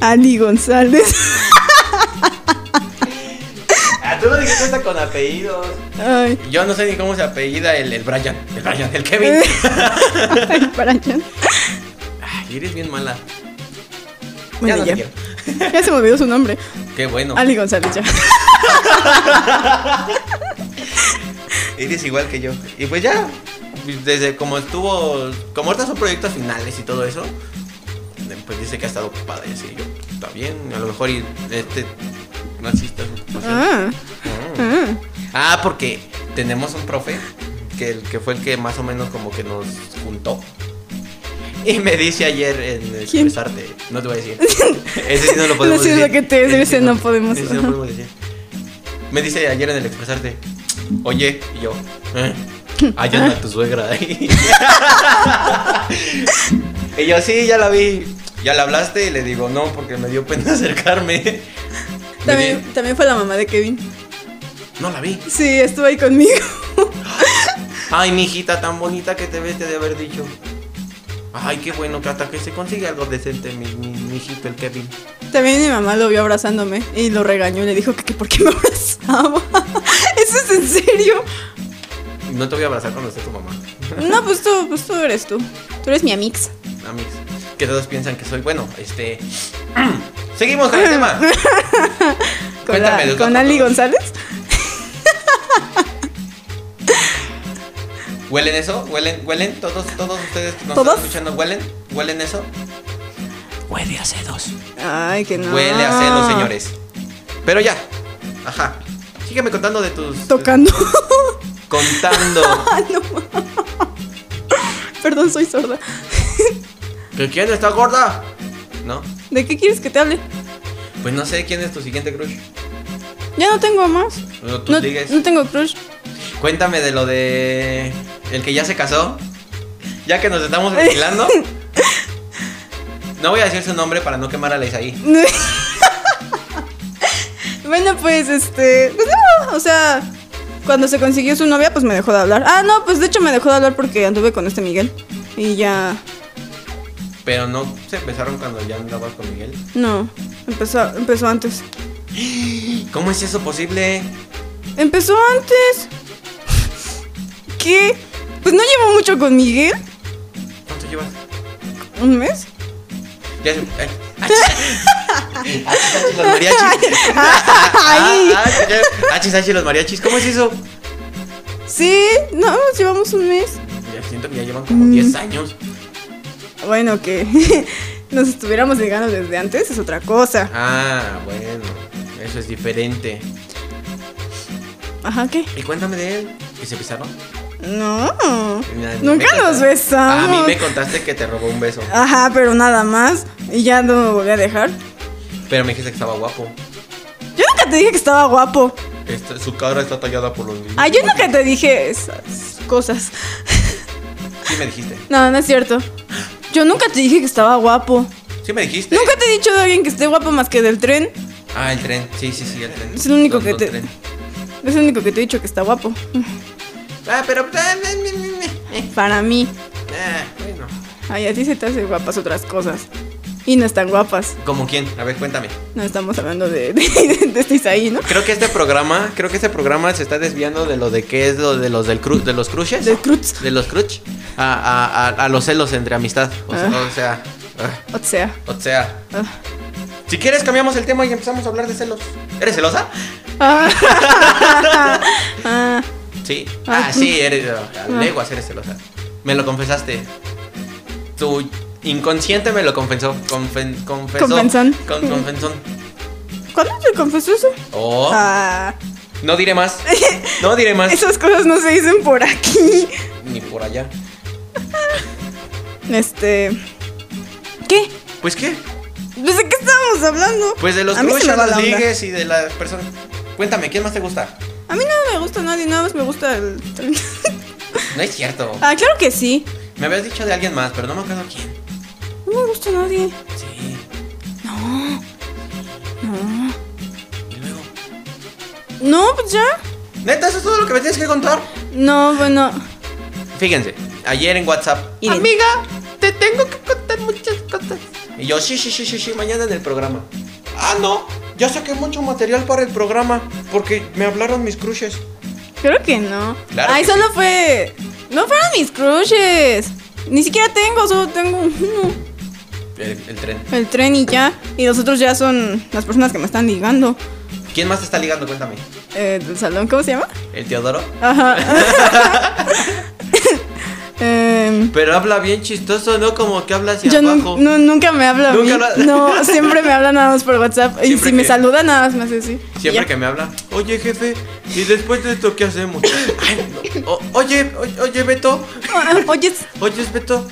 Speaker 2: Ani González.
Speaker 3: Ah, tú lo dijiste hasta con apellidos.
Speaker 2: Ay,
Speaker 3: Yo no sé ni cómo se apellida el, el Brian. El Brian, el Kevin.
Speaker 2: Eh. ay, para ya.
Speaker 3: Ay, eres bien mala.
Speaker 2: Bueno,
Speaker 3: no te
Speaker 2: ya.
Speaker 3: quiero.
Speaker 2: Ya se me olvidó su nombre.
Speaker 3: Qué bueno.
Speaker 2: Ali González, ya.
Speaker 3: Eres igual que yo. Y pues ya, desde como estuvo, como ahorita son proyectos finales y todo eso, pues dice que ha estado ocupada y así. Yo, está bien, a lo mejor y este no pues, asiste a su ocupación.
Speaker 2: Ah,
Speaker 3: Ah.
Speaker 2: ah.
Speaker 3: Ah, porque tenemos un profe que, el- que fue el que más o menos como que nos juntó. Y me dice ayer en
Speaker 2: ¿Quién?
Speaker 3: expresarte, no te voy a decir. Ese sí no lo podemos
Speaker 2: No sé
Speaker 3: decir.
Speaker 2: lo que te decir, ese
Speaker 3: sí
Speaker 2: no podemos.
Speaker 3: ese sí no
Speaker 2: Ajá.
Speaker 3: podemos decir. Me dice ayer en el expresarte, oye, y yo, "Eh, allá anda tu suegra. y yo, sí, ya la vi. Ya la hablaste y le digo, no, porque me dio pena acercarme. Me
Speaker 2: También,
Speaker 3: di-
Speaker 2: también fue la mamá de Kevin.
Speaker 3: no la vi.
Speaker 2: Sí, estuvo ahí conmigo.
Speaker 3: Ay, mi hijita tan bonita que te ves, te de haber dicho. Ay, qué bueno que hasta que se consigue algo decente, mi, mi, mi hijito, el Kevin.
Speaker 2: También mi mamá lo vio abrazándome y lo regañó y le dijo que, que por qué me abrazaba. ¿Eso es en serio?
Speaker 3: No te voy a abrazar cuando esté tu mamá,
Speaker 2: No, pues tú, pues tú eres tú. Tú eres mi amix.
Speaker 3: amigos. Que todos piensan que soy bueno. Este. Seguimos con el tema.
Speaker 2: Con,
Speaker 3: Cuéntame
Speaker 2: la-
Speaker 3: de otra
Speaker 2: con Ali
Speaker 3: cosa.
Speaker 2: González.
Speaker 3: ¿Huelen eso? ¿Huelen? ¿Huelen? ¿Todos, todos ustedes que nos
Speaker 2: ¿Todos?
Speaker 3: están escuchando huelen? ¿Huelen eso?
Speaker 1: Huele a sedos.
Speaker 2: Ay, que no.
Speaker 3: Huele a celos, señores. Pero ya. Ajá. Sígueme contando de tus.
Speaker 2: Tocando.
Speaker 3: Contando.
Speaker 2: Ah, no. Perdón, soy sorda.
Speaker 3: ¿Que quién está gorda? ¿No?
Speaker 2: ¿De qué quieres que te hable?
Speaker 3: Pues no sé quién es tu siguiente crush.
Speaker 2: Ya no tengo más.
Speaker 3: Bueno, tus
Speaker 2: No,
Speaker 3: ligues.
Speaker 2: no tengo crush.
Speaker 3: Cuéntame de lo de. El que ya se casó. Ya que nos estamos vigilando. No voy a decir su nombre para no quemar a la Isaí.
Speaker 2: bueno, pues este. Pues no, o sea. Cuando se consiguió su novia, pues me dejó de hablar. Ah, no, pues de hecho me dejó de hablar porque anduve con este Miguel. Y ya.
Speaker 3: Pero no se empezaron cuando ya andabas con Miguel.
Speaker 2: No. Empezó, empezó antes.
Speaker 3: ¿Cómo es eso posible?
Speaker 2: Empezó antes. ¿Qué? Pues no llevo mucho con Miguel.
Speaker 3: ¿Cuánto llevas?
Speaker 2: ¿Un mes?
Speaker 3: Ya se. ay, achis. Achis, achis, los mariachis.
Speaker 2: Ay.
Speaker 3: Ah, ah, ya- achis, achis, los mariachis. ¿Cómo es eso?
Speaker 2: Sí, no, llevamos un mes.
Speaker 3: Ya siento que ya llevan como 10 años.
Speaker 2: Bueno, que nos estuviéramos ligando desde antes es otra cosa.
Speaker 3: Ah, bueno. Eso es diferente.
Speaker 2: Ajá, ¿qué?
Speaker 3: Y cuéntame de él. ¿Que se besaron?
Speaker 2: No.
Speaker 3: Mira, a mí
Speaker 2: Nunca
Speaker 3: me
Speaker 2: nos
Speaker 3: contaste- A
Speaker 2: besamos.
Speaker 3: mí me contaste que te robó un beso.
Speaker 2: Ajá, pero nada más. Y ya no me volví a dejar.
Speaker 3: Pero me dijiste que estaba guapo.
Speaker 2: Yo nunca te dije que estaba guapo.
Speaker 3: Esta- su cara está tallada por los mismos.
Speaker 2: Ah, yo nunca te dije esas cosas.
Speaker 3: Sí me dijiste.
Speaker 2: No, no es cierto. Yo nunca te dije que estaba guapo.
Speaker 3: Sí me dijiste.
Speaker 2: Nunca te he dicho de alguien que esté guapo más que del tren.
Speaker 3: Ah, el tren. Sí, sí, sí, el tren.
Speaker 2: Es el único
Speaker 3: Don-
Speaker 2: que
Speaker 3: don
Speaker 2: te-
Speaker 3: tren.
Speaker 2: Es lo único que te he dicho que está guapo.
Speaker 3: Ah, pero. ah, me- me- me- me.
Speaker 2: Para mí.
Speaker 3: Ah, bueno.
Speaker 2: Ay, a ti se te hace guapas otras cosas. Y no están guapas.
Speaker 3: ¿Como quién? A ver, cuéntame.
Speaker 2: No estamos hablando de, de, de este Isaí, ¿no?
Speaker 3: Creo que este programa, creo que este programa se está desviando de lo de qué es lo de los del cru, de los crushes.
Speaker 2: De Cruz.
Speaker 3: De los crush. A, a- a- a los celos entre amistad. O sea,
Speaker 2: Ah.
Speaker 3: o sea. ah,
Speaker 2: O sea.
Speaker 3: O sea.
Speaker 2: ah.
Speaker 3: Si quieres cambiamos el tema y empezamos a hablar de celos. ¿Eres celosa?
Speaker 2: Ah. Ah.
Speaker 3: Sí.
Speaker 2: Ah.
Speaker 3: Ah, sí, eres. a Leguas eres celosa. Me lo confesaste. Tu inconsciente me lo confesó. Confen, confesó.
Speaker 2: Confensón.
Speaker 3: Con, confensón.
Speaker 2: ¿Cuándo te confesó eso?
Speaker 3: Oh.
Speaker 2: Ah.
Speaker 3: No diré más. No diré más.
Speaker 2: Esas cosas no se dicen por aquí.
Speaker 3: Ni por allá.
Speaker 2: Este. ¿Qué?
Speaker 3: Pues qué.
Speaker 2: Pues, ¿De qué estábamos hablando?
Speaker 3: Pues de los
Speaker 2: A mí se
Speaker 3: crushes,
Speaker 2: me va
Speaker 3: los
Speaker 2: la onda.
Speaker 3: ligues y de las personas. Cuéntame, ¿quién más te gusta?
Speaker 2: A mí nada me gusta nadie, nada más me gusta el tren.
Speaker 3: No es cierto.
Speaker 2: ah, claro que sí.
Speaker 3: Me habías dicho de alguien más, pero no me acuerdo quién.
Speaker 2: No me gusta nadie.
Speaker 3: Sí.
Speaker 2: No.
Speaker 3: Y luego.
Speaker 2: No, pues ya.
Speaker 3: Neta, eso es todo lo que me tienes que contar.
Speaker 2: No, bueno.
Speaker 3: Fíjense, ayer en WhatsApp.
Speaker 2: Irene.
Speaker 4: Amiga, te tengo que contar muchas cosas.
Speaker 3: Y yo, sí, sí, sí, sí, sí, mañana en el programa. Ah, no. Ya saqué mucho material para el programa. Porque me hablaron mis crushes.
Speaker 2: Creo que no.
Speaker 3: Claro
Speaker 2: Ay,
Speaker 3: que
Speaker 2: solo fue. No fueron mis crushes. Ni siquiera tengo, solo tengo uno.
Speaker 3: El, el tren.
Speaker 2: El tren y ya. Y los otros ya son las personas que me están ligando.
Speaker 3: ¿Quién más te está ligando? Cuéntame.
Speaker 2: Eh, ¿Del salón? ¿Cómo se llama?
Speaker 3: ¿El Teodoro?
Speaker 2: Ajá. Em,
Speaker 3: Pero habla bien chistoso, ¿no? Como que habla hacia
Speaker 2: yo nu-
Speaker 3: abajo.
Speaker 2: nu- nunca me habla. a
Speaker 3: Nunca
Speaker 2: mí.
Speaker 3: lo-
Speaker 2: No, siempre me habla nada más por WhatsApp. y si
Speaker 3: Siempre
Speaker 2: me
Speaker 3: que-
Speaker 2: saluda, nada más me hace así.
Speaker 3: Siempre
Speaker 2: Ya.
Speaker 3: que me habla, oye jefe, ¿y después de esto qué hacemos? Ay, no. O- oye, o- oye Beto,
Speaker 2: Oye,
Speaker 3: oye Beto,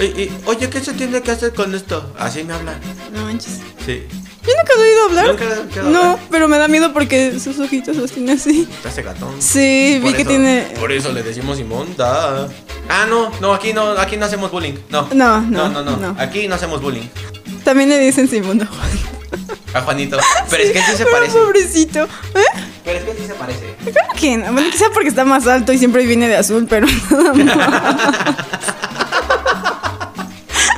Speaker 3: y- y- oye, ¿qué se tiene que hacer con esto? Así me habla,
Speaker 2: no manches.
Speaker 3: sí.
Speaker 2: Yo nunca he oído hablar.
Speaker 3: Nunca he escuchado
Speaker 2: No,
Speaker 3: hablar.
Speaker 2: pero me da miedo porque sus ojitos los tiene así.
Speaker 3: Te hace gatón.
Speaker 2: Sí, vi
Speaker 3: Por
Speaker 2: que
Speaker 3: eso-
Speaker 2: tiene.
Speaker 3: Por eso le decimos Simón, da. Ah, no, no, aquí no, aquí no hacemos bullying, no.
Speaker 2: No,
Speaker 3: no,
Speaker 2: no,
Speaker 3: no, no,
Speaker 2: no.
Speaker 3: aquí no hacemos bullying.
Speaker 2: También le dicen Simón
Speaker 3: A Juanito, pero es que sí se
Speaker 2: Pero
Speaker 3: parece,
Speaker 2: Pobrecito. ¿Eh?
Speaker 3: pero es que sí se parece.
Speaker 2: Claro que no. Bueno, quizá porque está más alto y siempre viene de azul, pero nada más.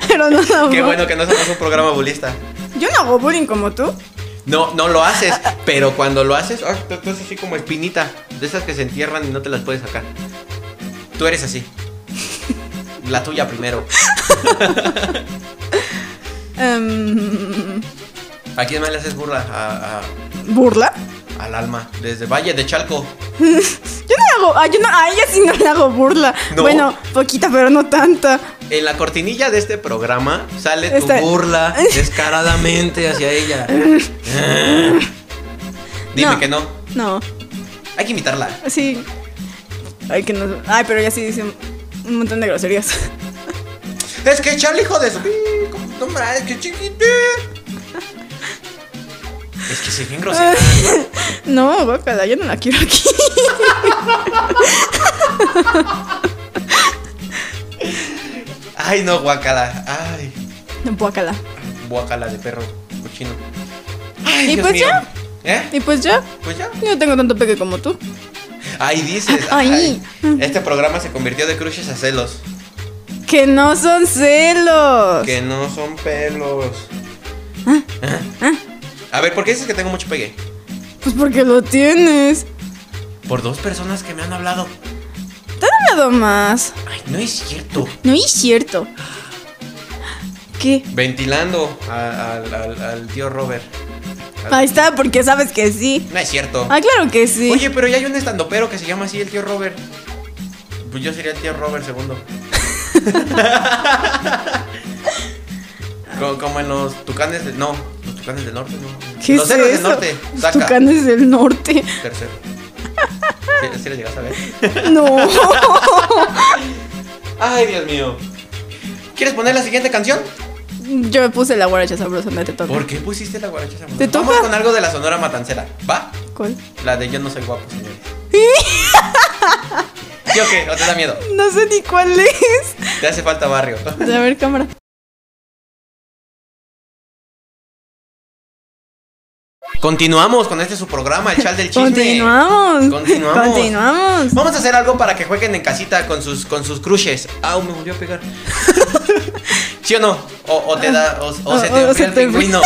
Speaker 2: pero no, no.
Speaker 3: Qué bueno que no hacemos un programa bulista.
Speaker 2: Yo no hago bullying como tú.
Speaker 3: No, no lo haces, pero cuando lo haces, ah, tú, tú eres así como espinita, de esas que se entierran y no te las puedes sacar. Tú eres así. La tuya primero.
Speaker 2: Em,
Speaker 3: ¿A quién más le haces burla? A-
Speaker 2: ¿Burla?
Speaker 3: a- al alma, desde Valle de Chalco.
Speaker 2: Yo no le hago. Ay, yo no, a ella sí no le hago burla.
Speaker 3: No.
Speaker 2: Bueno, poquita, pero no tanta.
Speaker 3: En la cortinilla de este programa sale tu
Speaker 2: Está-
Speaker 3: burla descaradamente hacia ella. Ah. Dime que no.
Speaker 2: No,
Speaker 3: Hay que invitarla.
Speaker 2: sí. Ay, que no. Ay, pero ella sí dice un montón de groserías.
Speaker 3: Es que Charlie, hijo de su. No ma, es que chiquito. Es que soy bien grosera.
Speaker 2: No, guacala, yo no la quiero aquí.
Speaker 3: Ay, no, guacala. Ay,
Speaker 2: Guacala.
Speaker 3: guacala de perro cochino.
Speaker 2: Y
Speaker 3: Dios
Speaker 2: pues
Speaker 3: mío.
Speaker 2: ya,
Speaker 3: ¿Eh?
Speaker 2: y pues ya.
Speaker 3: Pues ya.
Speaker 2: Yo no tengo tanto pegue como tú.
Speaker 3: Ahí dices.
Speaker 2: Ay.
Speaker 3: ay, Este programa se convirtió de cruces a celos.
Speaker 2: Que no son celos.
Speaker 3: Que no son pelos. ¿Eh? A ver, ¿por qué dices que tengo mucho pegue?
Speaker 2: Pues porque lo tienes.
Speaker 3: Por dos personas que me han hablado.
Speaker 2: Te han hablado más.
Speaker 3: Ay, no es cierto.
Speaker 2: No es cierto. ¿Qué?
Speaker 3: Ventilando a- al, al- al tío Robert. Al-
Speaker 2: Ahí está, porque sabes que sí.
Speaker 3: No es cierto.
Speaker 2: Ah, claro que sí.
Speaker 3: Oye, pero ya hay un estandopero que se llama así el tío Robert. Pues yo sería el tío Robert segundo. como, como en los tucanes del. No, los tucanes del norte, no.
Speaker 2: ¿Qué
Speaker 3: los
Speaker 2: es
Speaker 3: héroes del
Speaker 2: eso?
Speaker 3: norte.
Speaker 2: Los
Speaker 3: Saca.
Speaker 2: Tucanes del norte.
Speaker 3: Tercero. ¿Sí, sí lo llegas a ver?
Speaker 2: No.
Speaker 3: Ay, Dios mío. ¿Quieres poner la siguiente canción?
Speaker 2: Yo me puse la guaracha sabrosa, no te toca.
Speaker 3: ¿Por qué pusiste la guaracha sabrosa?
Speaker 2: ¿Te
Speaker 3: Vamos
Speaker 2: toca?
Speaker 3: con algo de la Sonora Matancera. ¿Va?
Speaker 2: ¿Cuál?
Speaker 3: La de yo no soy guapo, señores. ¿Sí o qué? ¿O te da miedo?
Speaker 2: No sé ni cuál es.
Speaker 3: Te hace falta barrio.
Speaker 2: A ver, cámara.
Speaker 3: Continuamos con este su programa, el chal del chisme.
Speaker 2: Continuamos.
Speaker 3: Continuamos.
Speaker 2: Continuamos.
Speaker 3: Vamos a hacer algo para que jueguen en casita con sus con sus crushes. Ah, me volvió a pegar. ¿Sí o no? O, o te da o, o se te
Speaker 2: Ah. O- o
Speaker 3: enfría
Speaker 2: se
Speaker 3: el
Speaker 2: te-
Speaker 3: pingüino.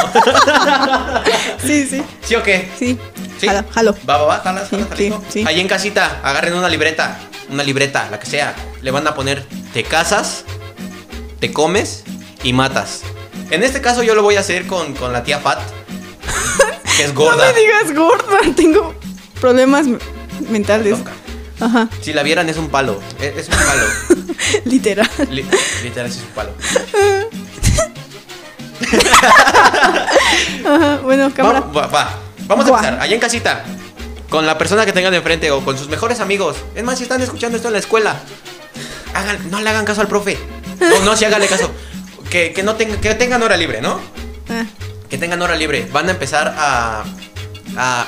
Speaker 2: Sí, sí.
Speaker 3: ¿Sí o qué?
Speaker 2: Sí.
Speaker 3: ¿Sí?
Speaker 2: Jalo, jalo.
Speaker 3: Va, va, va, jalas,
Speaker 2: Sí,
Speaker 3: jalas, jalico.
Speaker 2: sí, sí.
Speaker 3: Ahí en casita, agarren una libreta, una libreta, la que sea. Le van a poner te casas, te comes y matas. En este caso yo lo voy a hacer con, con la tía Pat, que es
Speaker 2: No
Speaker 3: gorda.
Speaker 2: me digas gorda. Tengo problemas m- mentales.
Speaker 3: Loca.
Speaker 2: Ajá.
Speaker 3: Si la vieran es un palo, es, es un palo.
Speaker 2: Literal.
Speaker 3: Li- literal es un palo.
Speaker 2: Ajá. Bueno, cámara.
Speaker 3: Va- va- va. Vamos a
Speaker 2: Guau.
Speaker 3: empezar, allá en casita. Con la persona que tengan de enfrente o con sus mejores amigos. Es más, si están escuchando esto en la escuela, hagan, no le hagan caso al profe. O no, si háganle caso. Que, que no tenga- que tengan hora libre, ¿no?
Speaker 2: Ah,
Speaker 3: Que tengan hora libre. Van a empezar a, a-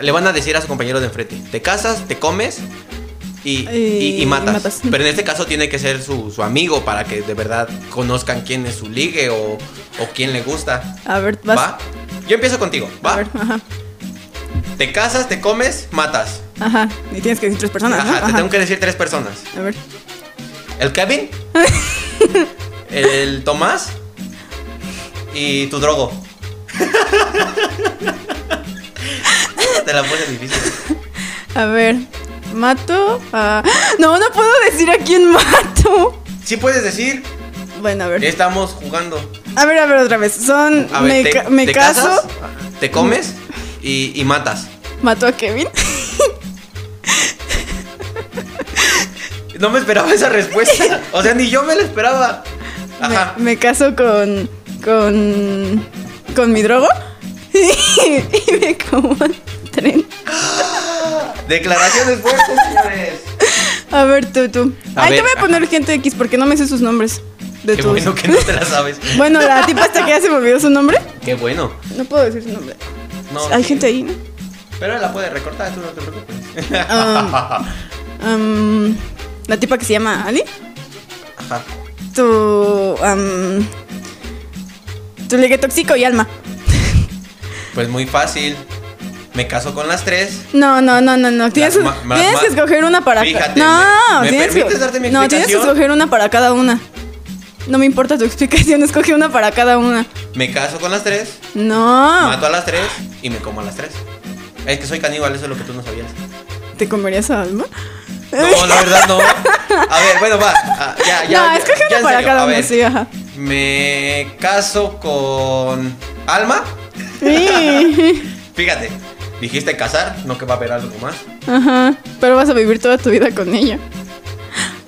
Speaker 3: Le van a decir a su compañero de enfrente: te casas, te comes y, y- y
Speaker 2: Y
Speaker 3: matas.
Speaker 2: matas.
Speaker 3: Pero en este caso tiene que ser su, su amigo para que de verdad conozcan quién es su ligue o, o quién le gusta.
Speaker 2: a ver, vas.
Speaker 3: ¿Va? Yo empiezo contigo,
Speaker 2: A
Speaker 3: ¿va?
Speaker 2: ver, ajá.
Speaker 3: Te casas, te comes, matas.
Speaker 2: Ajá. Y tienes que decir tres personas.
Speaker 3: Ajá,
Speaker 2: ¿no?
Speaker 3: te tengo que decir tres personas.
Speaker 2: A ver.
Speaker 3: El Kevin, el Tomás y tu drogo. te la puse difícil.
Speaker 2: A ver. Mato a. ¡Ah! No, no puedo decir a quién mato.
Speaker 3: Sí puedes decir,
Speaker 2: Bueno, a ver.
Speaker 3: estamos jugando.
Speaker 2: A ver, a ver, otra vez. Son.
Speaker 3: A
Speaker 2: me
Speaker 3: ver,
Speaker 2: ca-
Speaker 3: te,
Speaker 2: me
Speaker 3: te
Speaker 2: caso.
Speaker 3: casas, te comes y, y matas.
Speaker 2: Mato a Kevin.
Speaker 3: No me esperaba esa respuesta. O sea, ni yo me la esperaba. Ajá.
Speaker 2: Me, me caso con. Con. Con mi drogo. Y, me como al tren.
Speaker 3: Declaraciones fuertes, señores.
Speaker 2: A ver, tú, tú.
Speaker 3: A
Speaker 2: Ay,
Speaker 3: ver,
Speaker 2: te voy a
Speaker 3: ajá.
Speaker 2: poner gente X porque no me sé sus nombres. De
Speaker 3: Qué
Speaker 2: tus-
Speaker 3: bueno que no te la sabes.
Speaker 2: Bueno, la tipa hasta que ya se me olvidó su nombre.
Speaker 3: Qué bueno.
Speaker 2: No puedo decir su nombre.
Speaker 3: No,
Speaker 2: Hay
Speaker 3: sí.
Speaker 2: gente ahí, ¿no?
Speaker 3: Pero la puede recortar, tú no te preocupes.
Speaker 2: Ah. Am, la tipa que se llama Ali.
Speaker 3: Ajá.
Speaker 2: Tu. am, tu ligue tóxico y alma.
Speaker 3: Pues muy fácil. Me caso con las tres.
Speaker 2: No, no, no, no, no. Tienes,
Speaker 3: ma- ma-
Speaker 2: tienes
Speaker 3: ma-
Speaker 2: que escoger una para cada
Speaker 3: Fíjate,
Speaker 2: No,
Speaker 3: ¿me- me
Speaker 2: tienes
Speaker 3: permites darte mi
Speaker 2: No, tienes que
Speaker 3: explicación?
Speaker 2: escoger una para cada una. No me importa tu explicación, escoge una para cada una.
Speaker 3: Me caso con las tres.
Speaker 2: No.
Speaker 3: Mato a las tres y me como a las tres. Es que soy caníbal, eso es lo que tú no sabías.
Speaker 2: ¿Te comerías a alma?
Speaker 3: No, la verdad no. A ver, bueno, va. Ah, ya, ya.
Speaker 2: no,
Speaker 3: ya,
Speaker 2: escoge una
Speaker 3: ya en
Speaker 2: para
Speaker 3: serio,
Speaker 2: cada
Speaker 3: a
Speaker 2: una,
Speaker 3: ver,
Speaker 2: sí, ajá.
Speaker 3: Me caso con Alma.
Speaker 2: Sí.
Speaker 3: Fíjate, dijiste casar, no que va a haber algo más.
Speaker 2: Ajá. Pero vas a vivir toda tu vida con ella.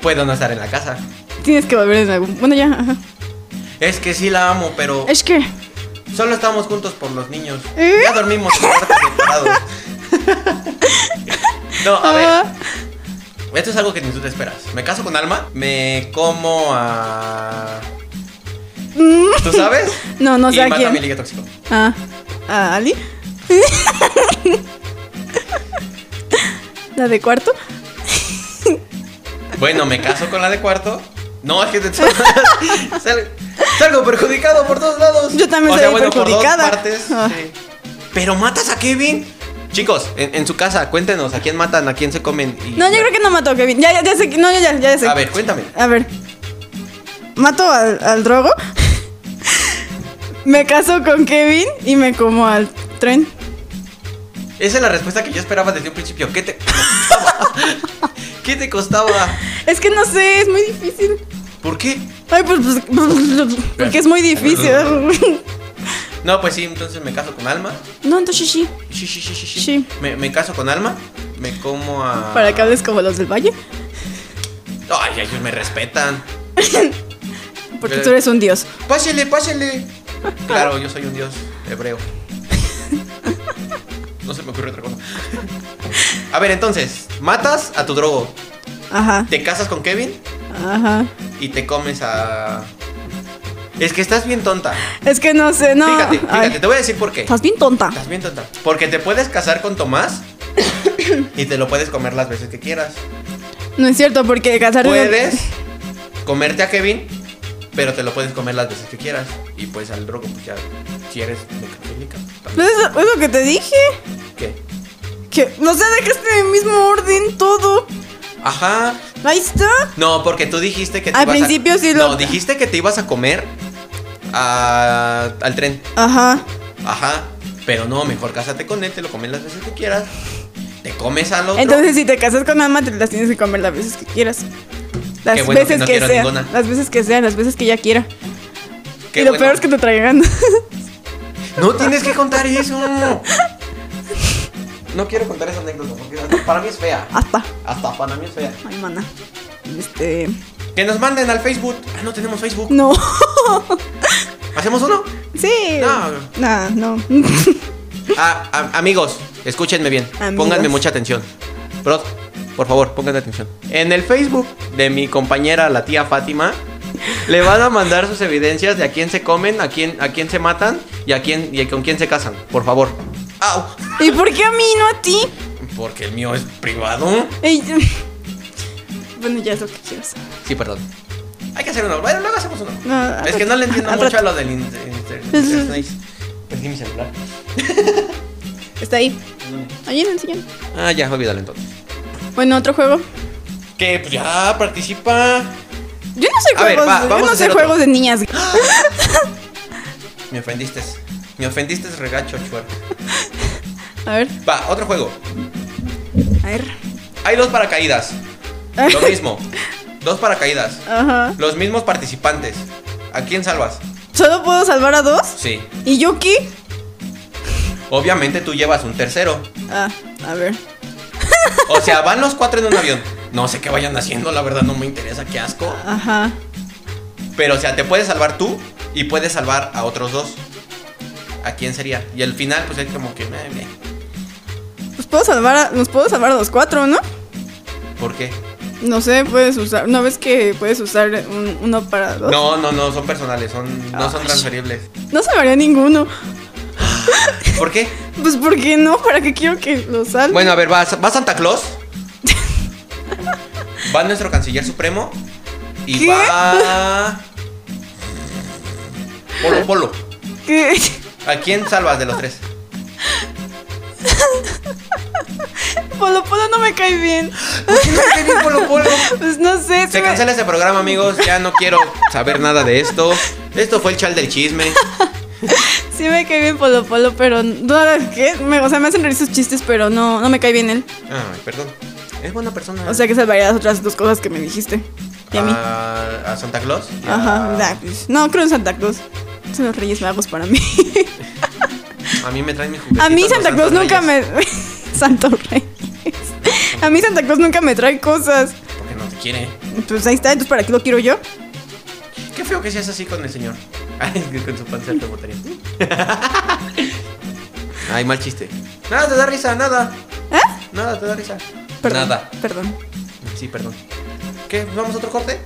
Speaker 3: Puedo no estar en la casa.
Speaker 2: Tienes que volver en algún. Bueno, ya. Ajá.
Speaker 3: Es que sí la amo, pero
Speaker 2: Es que.
Speaker 3: solo estamos juntos por los niños.
Speaker 2: ¿Eh?
Speaker 3: Ya dormimos en cuartos separados. No, a ver.
Speaker 2: Ah,
Speaker 3: Esto es algo que ni tú te esperas. Me caso con Alma, me como a. ¿Tú sabes?
Speaker 2: No, no sé
Speaker 3: y
Speaker 2: a
Speaker 3: mato
Speaker 2: quién.
Speaker 3: a mi ligue tóxico.
Speaker 2: mm, ah, ¿a Ali. La de cuarto.
Speaker 3: Bueno, me caso con la de cuarto. No, es que te sal- salgo perjudicado por todos lados.
Speaker 2: Yo también
Speaker 3: o sea,
Speaker 2: salí
Speaker 3: bueno,
Speaker 2: perjudicada.
Speaker 3: Por dos partes,
Speaker 2: Ah.
Speaker 3: sí. Pero matas a Kevin. Chicos, en, en su casa, cuéntenos a quién matan, a quién se comen. y-
Speaker 2: No, yo creo que no mató a Kevin. Ya, ya, ya sé. que- No, ya, ya, ya sé.
Speaker 3: A ver, cuéntame.
Speaker 2: A ver. Mato al, al drogo. me caso con Kevin y me como al tren.
Speaker 3: Esa es la respuesta que yo esperaba desde un principio. ¿Qué te costaba? ¿Qué te costaba?
Speaker 2: Es que no sé, es muy difícil.
Speaker 3: ¿Por qué?
Speaker 2: Ay, pues, pues, porque es muy difícil.
Speaker 3: No, pues sí, entonces me caso con Alma.
Speaker 2: no, entonces sí.
Speaker 3: Sí, sí, sí, sí, sí.
Speaker 2: Sí.
Speaker 3: Me, me caso con Alma. Me como a.
Speaker 2: Para que hables como los del valle.
Speaker 3: Ay, ellos me respetan. Eh.
Speaker 2: Porque tú eres un dios.
Speaker 3: Pásele, pásele. Claro, yo soy un dios hebreo. No se me ocurre otra cosa. A ver, entonces, matas a tu drogo,
Speaker 2: Ajá.
Speaker 3: te casas con Kevin
Speaker 2: Ajá.
Speaker 3: y te comes a. Es que estás bien tonta.
Speaker 2: Es que no sé, no.
Speaker 3: Fíjate, fíjate,
Speaker 2: Ay,
Speaker 3: te voy a decir por qué.
Speaker 2: estás bien tonta.
Speaker 3: Estás bien tonta. Porque te puedes casar con Tomás y te lo puedes comer las veces que quieras.
Speaker 2: No es cierto, porque casarte.
Speaker 3: Puedes comerte a Kevin, pero te lo puedes comer las veces que quieras. Y pues al drogo, pues ya, si eres necrofílica, también.
Speaker 2: Pues eso es lo que te dije.
Speaker 3: ¿Qué?
Speaker 2: Que no sé, dejaste en el mismo orden todo.
Speaker 3: Ajá.
Speaker 2: Ahí está.
Speaker 3: No, porque tú dijiste que te
Speaker 2: Al
Speaker 3: ibas a-
Speaker 2: principio sí lo-
Speaker 3: No, dijiste que te ibas a comer a- al tren.
Speaker 2: Ajá.
Speaker 3: Ajá. Pero no, mejor cásate con él, te lo comes las veces que quieras. Te comes al otro.
Speaker 2: Entonces, si te casas con Alma, te las tienes que comer las veces que quieras. Las
Speaker 3: Qué bueno que
Speaker 2: veces
Speaker 3: no
Speaker 2: que,
Speaker 3: quiero
Speaker 2: sean.
Speaker 3: ninguna.
Speaker 2: Las veces que sean, las veces que ella quiera.
Speaker 3: Qué
Speaker 2: y lo
Speaker 3: bueno.
Speaker 2: peor es que te traigan.
Speaker 3: No tienes que contar eso. No quiero contar esa anécdota porque para mí es fea.
Speaker 2: Hasta.
Speaker 3: Hasta para mí es fea.
Speaker 2: Ay, mana. Este.
Speaker 3: Que nos manden al Facebook. Ah, no tenemos Facebook.
Speaker 2: No.
Speaker 3: ¿Hacemos uno?
Speaker 2: sí.
Speaker 3: No.
Speaker 2: Nah, no.
Speaker 3: Ah, am- amigos, escúchenme bien.
Speaker 2: Amigos.
Speaker 3: Pónganme mucha atención. Bro, por favor, pónganme atención. En el Facebook de mi compañera, la tía Fátima, le van a mandar sus evidencias de a quién se comen, a quién, a quién se matan y a quién y con quién se casan. Por favor. Au.
Speaker 2: ¿Y por qué a mí, no a ti?
Speaker 3: Porque el mío es privado.
Speaker 2: Ey, bueno, ya es lo que quieras.
Speaker 3: Sí, perdón. Hay que hacer uno. Bueno, luego hacemos uno.
Speaker 2: No, al
Speaker 3: es que
Speaker 2: rato.
Speaker 3: no le entiendo
Speaker 2: Al
Speaker 3: mucho a
Speaker 2: rato.
Speaker 3: lo del inter- inter- internet. Perdí mi celular.
Speaker 2: Está ahí. Ahí lo enseñan.
Speaker 3: Ah, ya, olvídalo entonces.
Speaker 2: Bueno, otro juego.
Speaker 3: Que pues ya participa.
Speaker 2: Yo no sé
Speaker 3: A ver,
Speaker 2: juegos,
Speaker 3: va,
Speaker 2: yo
Speaker 3: vamos
Speaker 2: no
Speaker 3: a
Speaker 2: sé
Speaker 3: hacer otro.
Speaker 2: juegos de niñas.
Speaker 3: Me ofendiste. Me ofendiste, regacho, chuerto.
Speaker 2: A ver,
Speaker 3: Va, otro juego.
Speaker 2: a ver.
Speaker 3: Hay dos paracaídas. Lo mismo. Dos paracaídas.
Speaker 2: Ajá.
Speaker 3: Los mismos participantes. ¿A quién salvas?
Speaker 2: ¿Solo puedo salvar a dos?
Speaker 3: Sí.
Speaker 2: ¿Y yo qué?
Speaker 3: Obviamente tú llevas un tercero.
Speaker 2: Ah, a ver.
Speaker 3: O sea, van los cuatro en un avión. No sé qué vayan haciendo, la verdad no me interesa, qué asco.
Speaker 2: Ajá.
Speaker 3: Pero, o sea, te puedes salvar tú y puedes salvar a otros dos. ¿A quién sería? Y al final, pues es como que. meh, meh.
Speaker 2: Pues puedo salvar a, nos puedo salvar a los cuatro, ¿no?
Speaker 3: ¿Por qué?
Speaker 2: No sé, puedes usar. ¿No ves que puedes usar un- uno para dos?
Speaker 3: No, no, no, son personales, son, no son
Speaker 2: Ay.
Speaker 3: transferibles.
Speaker 2: No salvaría a ninguno.
Speaker 3: ¿Por qué?
Speaker 2: Pues ¿por qué no? ¿Para qué quiero que lo salve?
Speaker 3: Bueno, a ver, va, va Santa Claus. Va nuestro canciller supremo. Y
Speaker 2: ¿Qué?
Speaker 3: va. Polo, Polo.
Speaker 2: ¿Qué?
Speaker 3: ¿A quién salvas de los tres?
Speaker 2: Polo Polo no me cae bien.
Speaker 3: ¿Por qué no te vi Polo, Polo?
Speaker 2: Pues no sé.
Speaker 3: Se
Speaker 2: me-
Speaker 3: cancela este programa, amigos. Ya no quiero saber nada de esto. Esto fue el chal del chisme.
Speaker 2: Sí me cae bien Polo Polo, pero no, ¿qué? Me- o sea, me hacen reír sus chistes, pero no, no me cae bien él.
Speaker 3: Ay, perdón. Es buena persona.
Speaker 2: O sea que salvaría las otras dos cosas que me dijiste. Y a mí.
Speaker 3: Ah, A, a Santa Claus. y a-
Speaker 2: Ajá. nah, pues, No, creo en Santa Claus. Son los Reyes Magos para mí.
Speaker 3: A mí me traen mis juguetitos.
Speaker 2: A mí
Speaker 3: los
Speaker 2: Santa
Speaker 3: Santos
Speaker 2: Claus nunca
Speaker 3: Reyes.
Speaker 2: me... Santo Reyes. A mí Santa Claus nunca me trae cosas.
Speaker 3: Porque no te quiere.
Speaker 2: Pues ahí está, entonces ¿para qué lo quiero yo?
Speaker 3: Qué feo que seas así con el señor. Ay, es que con su panza te botaría. Ay, mal chiste. Nada, te da risa, nada.
Speaker 2: ¿Eh?
Speaker 3: Nada, te da risa.
Speaker 2: Perdón.
Speaker 3: Nada.
Speaker 2: Perdón.
Speaker 3: Sí, perdón. ¿Qué? ¿Vamos a otro corte?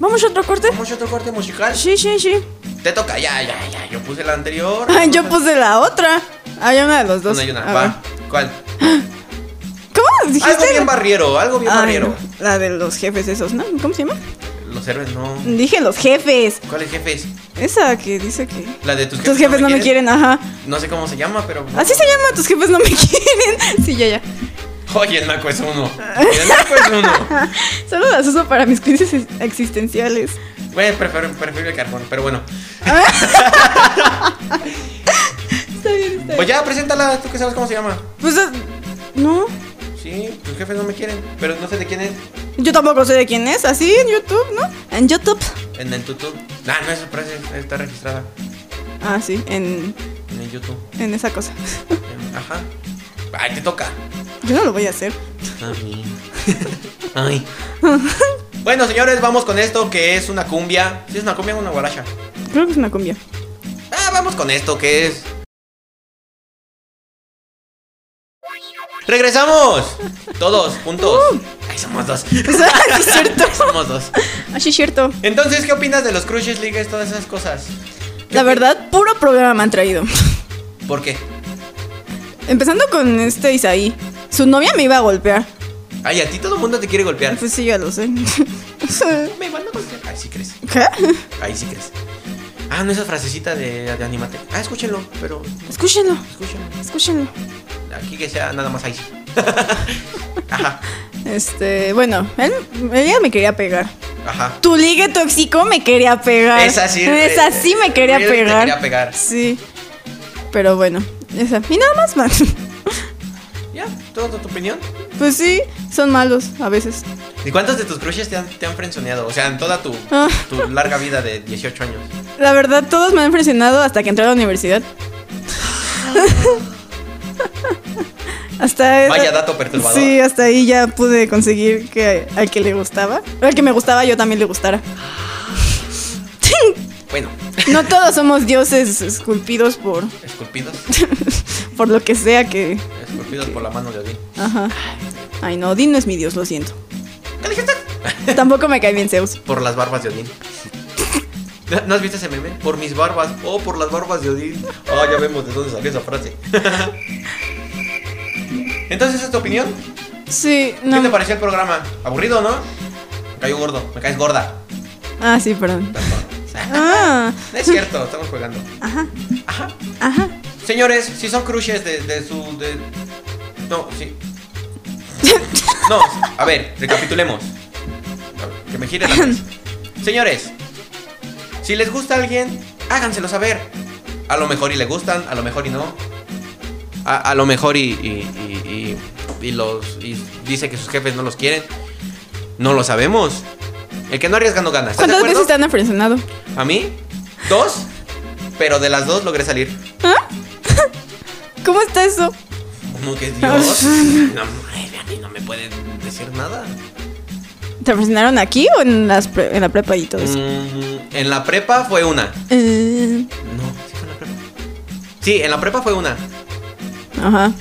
Speaker 2: ¿Vamos a otro corte?
Speaker 3: ¿Vamos a otro corte musical?
Speaker 2: Sí, sí, sí.
Speaker 3: Te toca, ya, ya, ya. Yo puse la anterior.
Speaker 2: Ay, yo puse la otra. Hay una de los dos.
Speaker 3: Una y una.
Speaker 2: A
Speaker 3: Va.
Speaker 2: ver.
Speaker 3: ¿Cuál?
Speaker 2: ¿Cómo dijiste?
Speaker 3: Algo bien barriero, algo bien
Speaker 2: Ay,
Speaker 3: barriero.
Speaker 2: no. La de los jefes esos, ¿no? ¿Cómo se llama?
Speaker 3: Los héroes no.
Speaker 2: Dije los jefes.
Speaker 3: ¿Cuáles jefes?
Speaker 2: Esa que dice que...
Speaker 3: La de tus jefes.
Speaker 2: Tus jefes no me quieren, Ah, ajá.
Speaker 3: No sé cómo se llama, pero.
Speaker 2: Así se llama, tus jefes no me quieren. Sí, ya, ya.
Speaker 3: Oye, el Naco es uno. El Naco es uno.
Speaker 2: Solo las uso para mis crisis ex- existenciales.
Speaker 3: Bueno, prefiero, prefiero el carbón, pero bueno.
Speaker 2: Está bien, está bien.
Speaker 3: Pues ya, preséntala, tú que sabes cómo se llama.
Speaker 2: Pues, eh, no.
Speaker 3: Sí, tus jefes no me quieren, pero no sé de quién es.
Speaker 2: Yo tampoco sé de quién es. Así en YouTube, ¿no? En YouTube.
Speaker 3: En el YouTube. Ah, no, esa frase está registrada
Speaker 2: Ah, sí, en,
Speaker 3: en el YouTube.
Speaker 2: en esa cosa.
Speaker 3: En- Ajá. Ay, te toca.
Speaker 2: Yo no lo voy a hacer.
Speaker 3: Ay. Bueno, señores, vamos con esto que es una cumbia. ¿Sí es una cumbia o una guaracha?
Speaker 2: Creo que es una cumbia.
Speaker 3: Ah, vamos con esto que es. ¡Regresamos! Todos juntos. Ay, somos dos.
Speaker 2: Sí, es cierto.
Speaker 3: somos dos.
Speaker 2: Ah, sí, es cierto.
Speaker 3: Entonces, ¿qué opinas de los crushes, ligues, todas esas cosas?
Speaker 2: La verdad, puro problema me han traído.
Speaker 3: ¿Por qué?
Speaker 2: Empezando con este Isaí. Su novia me iba a golpear.
Speaker 3: Ay, a ti todo el mundo te quiere golpear.
Speaker 2: Pues sí, ya lo sé.
Speaker 3: Me van a golpear. Ahí sí crees.
Speaker 2: ¿Qué?
Speaker 3: Ahí sí crees. Ah, no, esa frasecita de, de Anímate. Ah, escúchenlo, pero
Speaker 2: Escúchenlo,
Speaker 3: escúchenlo.
Speaker 2: escúchenlo.
Speaker 3: Aquí que sea nada más ahí. sí. Ajá,
Speaker 2: Este, bueno, él, ella me quería pegar.
Speaker 3: ajá.
Speaker 2: Tu ligue tóxico me quería pegar.
Speaker 3: Esa sí,
Speaker 2: Esa
Speaker 3: eh,
Speaker 2: sí me quería
Speaker 3: really te
Speaker 2: pegar.
Speaker 3: quería pegar.
Speaker 2: Sí. Pero bueno, esa. Y nada más, man.
Speaker 3: Ya, ¿todo tu opinión?
Speaker 2: Pues sí, son malos a veces.
Speaker 3: ¿Y cuántos de tus crushes te han, te han frenzoneado? O sea, en toda tu,
Speaker 2: Ah.
Speaker 3: tu larga vida de 18 años.
Speaker 2: La verdad, todos me han impresionado hasta que entré a la universidad. hasta
Speaker 3: Vaya dato perturbador.
Speaker 2: Sí, hasta ahí ya pude conseguir que al que le gustaba, al que me gustaba yo también le gustara.
Speaker 3: Bueno,
Speaker 2: No todos somos dioses esculpidos por,
Speaker 3: esculpidos.
Speaker 2: por lo que sea que...
Speaker 3: Esculpidos por la mano de Odín.
Speaker 2: Ajá. Ay, no, Odín no es mi dios, lo siento.
Speaker 3: ¿Qué dijiste?
Speaker 2: Tampoco me cae bien Zeus.
Speaker 3: Por las barbas de Odín. ¿No- ¿No has visto ese meme? Por mis barbas. Oh, por las barbas de Odín. Ah, ya vemos de dónde salió esa frase. Entonces, ¿esa es tu opinión?
Speaker 2: Sí,
Speaker 3: ¿Qué te
Speaker 2: no.
Speaker 3: pareció el programa? ¿Aburrido, no? Me cayó gordo. Me caes gorda.
Speaker 2: Ah, sí, perdón. Ah,
Speaker 3: No es cierto, estamos jugando.
Speaker 2: ajá,
Speaker 3: Ajá.
Speaker 2: ajá.
Speaker 3: Señores, si son crushes de, de su. de- No, sí. No, a ver, recapitulemos. A ver, Que me gire la cabeza. Señores, si les gusta a alguien, háganselo saber. A lo mejor y le gustan, a lo mejor y no. A, a lo mejor y, y- y- y- y los. y dice que sus jefes no los quieren. No lo sabemos. El que no arriesga no gana. ¿Estás de
Speaker 2: ¿Cuántas veces
Speaker 3: acuerdo?
Speaker 2: te han aprisionado?
Speaker 3: A mí, dos. Pero de las dos logré salir.
Speaker 2: ¿Cómo está eso?
Speaker 3: ¿Cómo que Dios? No, madre, a mí no me pueden decir nada.
Speaker 2: ¿Te presionaron aquí o en, las pre- en la prepa y todo eso?
Speaker 3: Mm, en la prepa fue una.
Speaker 2: Eh,
Speaker 3: No, sí fue en la prepa. Sí, en la prepa fue una.
Speaker 2: ajá.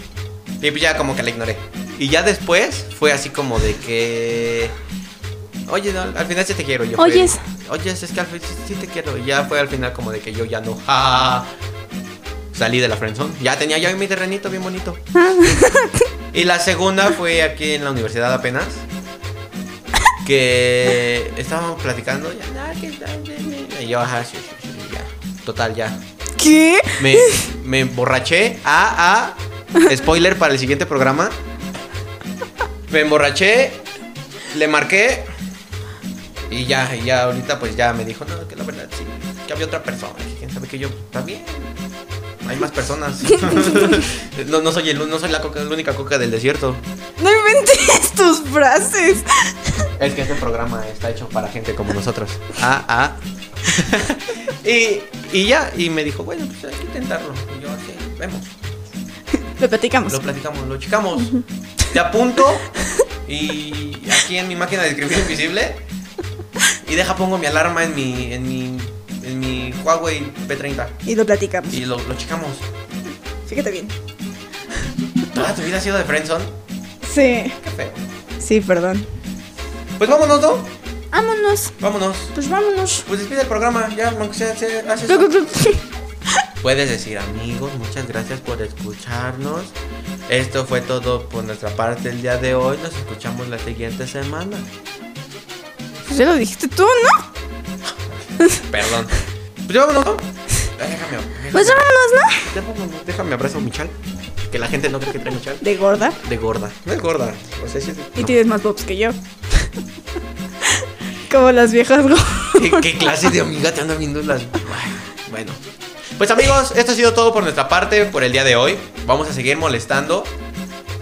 Speaker 3: Y pues ya como que la ignoré. Y ya después fue así como de que... Oye, no, al final sí te quiero. Yo fue,
Speaker 2: Oyes.
Speaker 3: Oyes, es que al final sí, sí te quiero. Y ya fue al final como de que yo ya no... ja". salí de la friendzone. Ya tenía ya mi terrenito bien bonito. y la segunda fue aquí en la universidad apenas. Que estábamos platicando. Ya, "Ah, ¿qué tal?" Y yo, ajá, sí, sí, sí, ya. Total, ya.
Speaker 2: ¿Qué?
Speaker 3: Me, me emborraché. Ah, ah. Spoiler para el siguiente programa. Me emborraché. Le marqué. Y ya, y ya ahorita pues ya me dijo, no, que la verdad sí, que había otra persona. que quién sabe que yo también. Hay más personas. no, no soy el, no soy la coca, la única coca del desierto.
Speaker 2: No inventes tus frases.
Speaker 3: Es que este programa está hecho para gente como nosotros. Ah, ah. y, y ya, y me dijo, bueno, pues hay que intentarlo. Y yo así, vemos.
Speaker 2: Lo platicamos.
Speaker 3: Lo platicamos, lo checamos. te apunto y aquí en mi máquina de escribir invisible y deja pongo mi alarma en mi en mi en mi Huawei P30
Speaker 2: Y lo platicamos.
Speaker 3: y lo, lo checamos.
Speaker 2: Fíjate bien.
Speaker 3: Toda tu vida ha sido de friendzone,
Speaker 2: Sí.
Speaker 3: qué feo.
Speaker 2: Sí, perdón.
Speaker 3: Pues vámonos, ¿no?
Speaker 2: Vámonos.
Speaker 3: Vámonos.
Speaker 2: Pues vámonos.
Speaker 3: Pues despide el programa, ya, aunque sea, sea- haz eso. Puedes decir, amigos, muchas gracias por escucharnos. Esto fue todo por nuestra parte el día de hoy. Nos escuchamos la siguiente semana.
Speaker 2: Ya lo dijiste tú, ¿no?
Speaker 3: Perdón. Pues ya vámonos, ¿no? Ay, Déjame,
Speaker 2: Pues vámonos, ¿no?
Speaker 3: ya vámonos, déjame abrazo a mi chal. Que la gente no cree que trae mi chal.
Speaker 2: De gorda.
Speaker 3: De gorda. No es gorda. O sea, sí es-
Speaker 2: Y tienes más bobs que yo. Como las viejas gordas.
Speaker 3: ¿Qué, qué clase de amiga te anda viendo las. Ay, Bueno. Pues amigos, esto ha sido todo por nuestra parte por el día de hoy. Vamos a seguir molestando.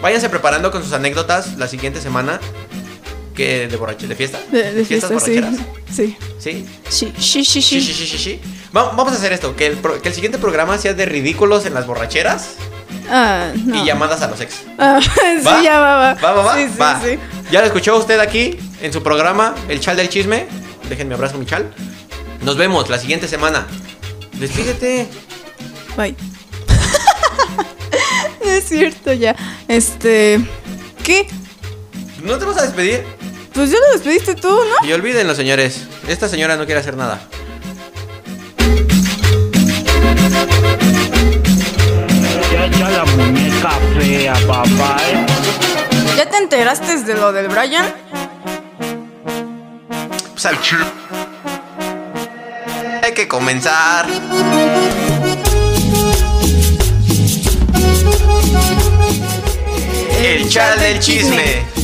Speaker 3: Váyanse preparando con sus anécdotas la siguiente semana. Que de borrache, de fiesta.
Speaker 2: De, de
Speaker 3: fiestas
Speaker 2: fiesta, sí.
Speaker 3: borracheras.
Speaker 2: Sí.
Speaker 3: Sí.
Speaker 2: Sí, sí, sí,
Speaker 3: Sí, sí, sí, sí, sí. Va- Vamos a hacer esto, que el, pro- que el siguiente programa sea de ridículos en las borracheras
Speaker 2: Ah, no.
Speaker 3: y llamadas a los ex.
Speaker 2: Ah, sí,
Speaker 3: ¿Va?
Speaker 2: ya va, va.
Speaker 3: Va, va, va.
Speaker 2: Sí, sí,
Speaker 3: va.
Speaker 2: sí.
Speaker 3: Ya lo escuchó usted aquí en su programa, El Chal del Chisme. Déjenme abrazo, mi chal. Nos vemos la siguiente semana. Despídete.
Speaker 2: Bye. no es cierto, ya. Este. ¿Qué?
Speaker 3: No te vas a despedir.
Speaker 2: Pues ya lo despediste tú, ¿no?
Speaker 3: Y olvídenlo, señores. Esta señora no quiere hacer nada.
Speaker 5: Ya, ya la muñeca fea, papá. ¿eh?
Speaker 2: ¿Ya te enteraste de lo del Brian?
Speaker 3: Pues al ch- Hay que comenzar. El Chal del Chisme.